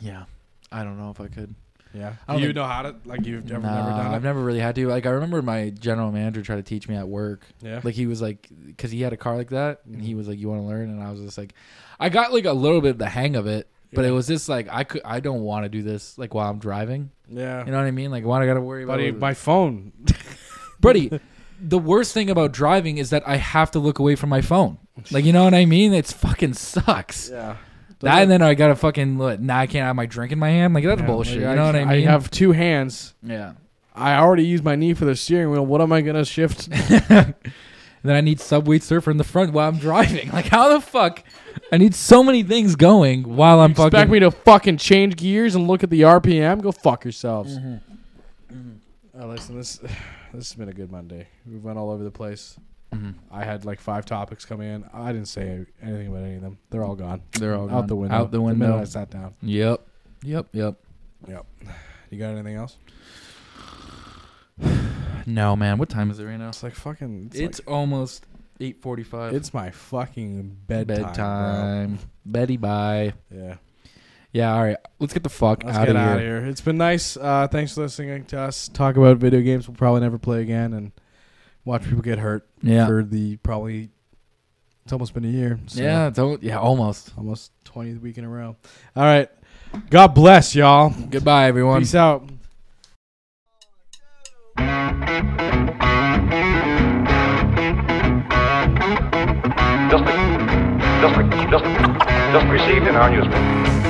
Yeah. I don't know if I could.
yeah.
I don't
you
think-
know how to like you've never,
Nah,
never done it.
I've never really had to. Like I remember my general manager tried to teach me at work.
Yeah. Mm-hmm.
Like he was like, because he had a car like that, and he was like, "You want to learn?" And I was just like, I got like a little bit of the hang of it, but it was just like I could, I don't want to do this like while I'm driving.
yeah.
You know what I mean? Like why do I got to worry about
Buddy,
it?
my phone.
buddy the worst thing about driving is that i have to look away from my phone like you know what i mean it's fucking sucks
yeah.
that and then i gotta fucking look now i can't have my drink in my hand like that's
Yeah,
bullshit
like,
you know what i mean
I have two hands.
yeah
I already used my knee for the steering wheel. What am I gonna shift?
then i need subway surfer in the front while i'm driving like how the fuck i need so many things going while i'm
Expect
fucking
me to fucking change gears and look at the RPM? Go fuck yourselves.
Mm-hmm.
Uh, listen, this this has been a good Monday. We went all over the place.
Mm-hmm.
I had like five topics coming in. I didn't say anything about any of them. They're all gone.
They're all
out
gone.
the window.
Out the
The minute
window.
I sat down.
yep yep yep
Yep. You got anything else?
no man what time is it right now
It's like fucking. It's
it's,
it's,
almost 8.45
it's my fucking bedtime. Bedtime.
bedtime betty bye
Yeah.
yeah all right let's get the fuck
Let's
out
get
of
out
here
of here. It's been nice. Uh, thanks for listening to us talk about video games we'll probably never play again and watch people get hurt
Yeah.
for the probably. It's almost been a year. so
Yeah, don't. Yeah, almost.
Almost 20th week in a row. All right. God bless y'all.
Goodbye, everyone.
Peace out.
just, just, just, just received in our newspaper.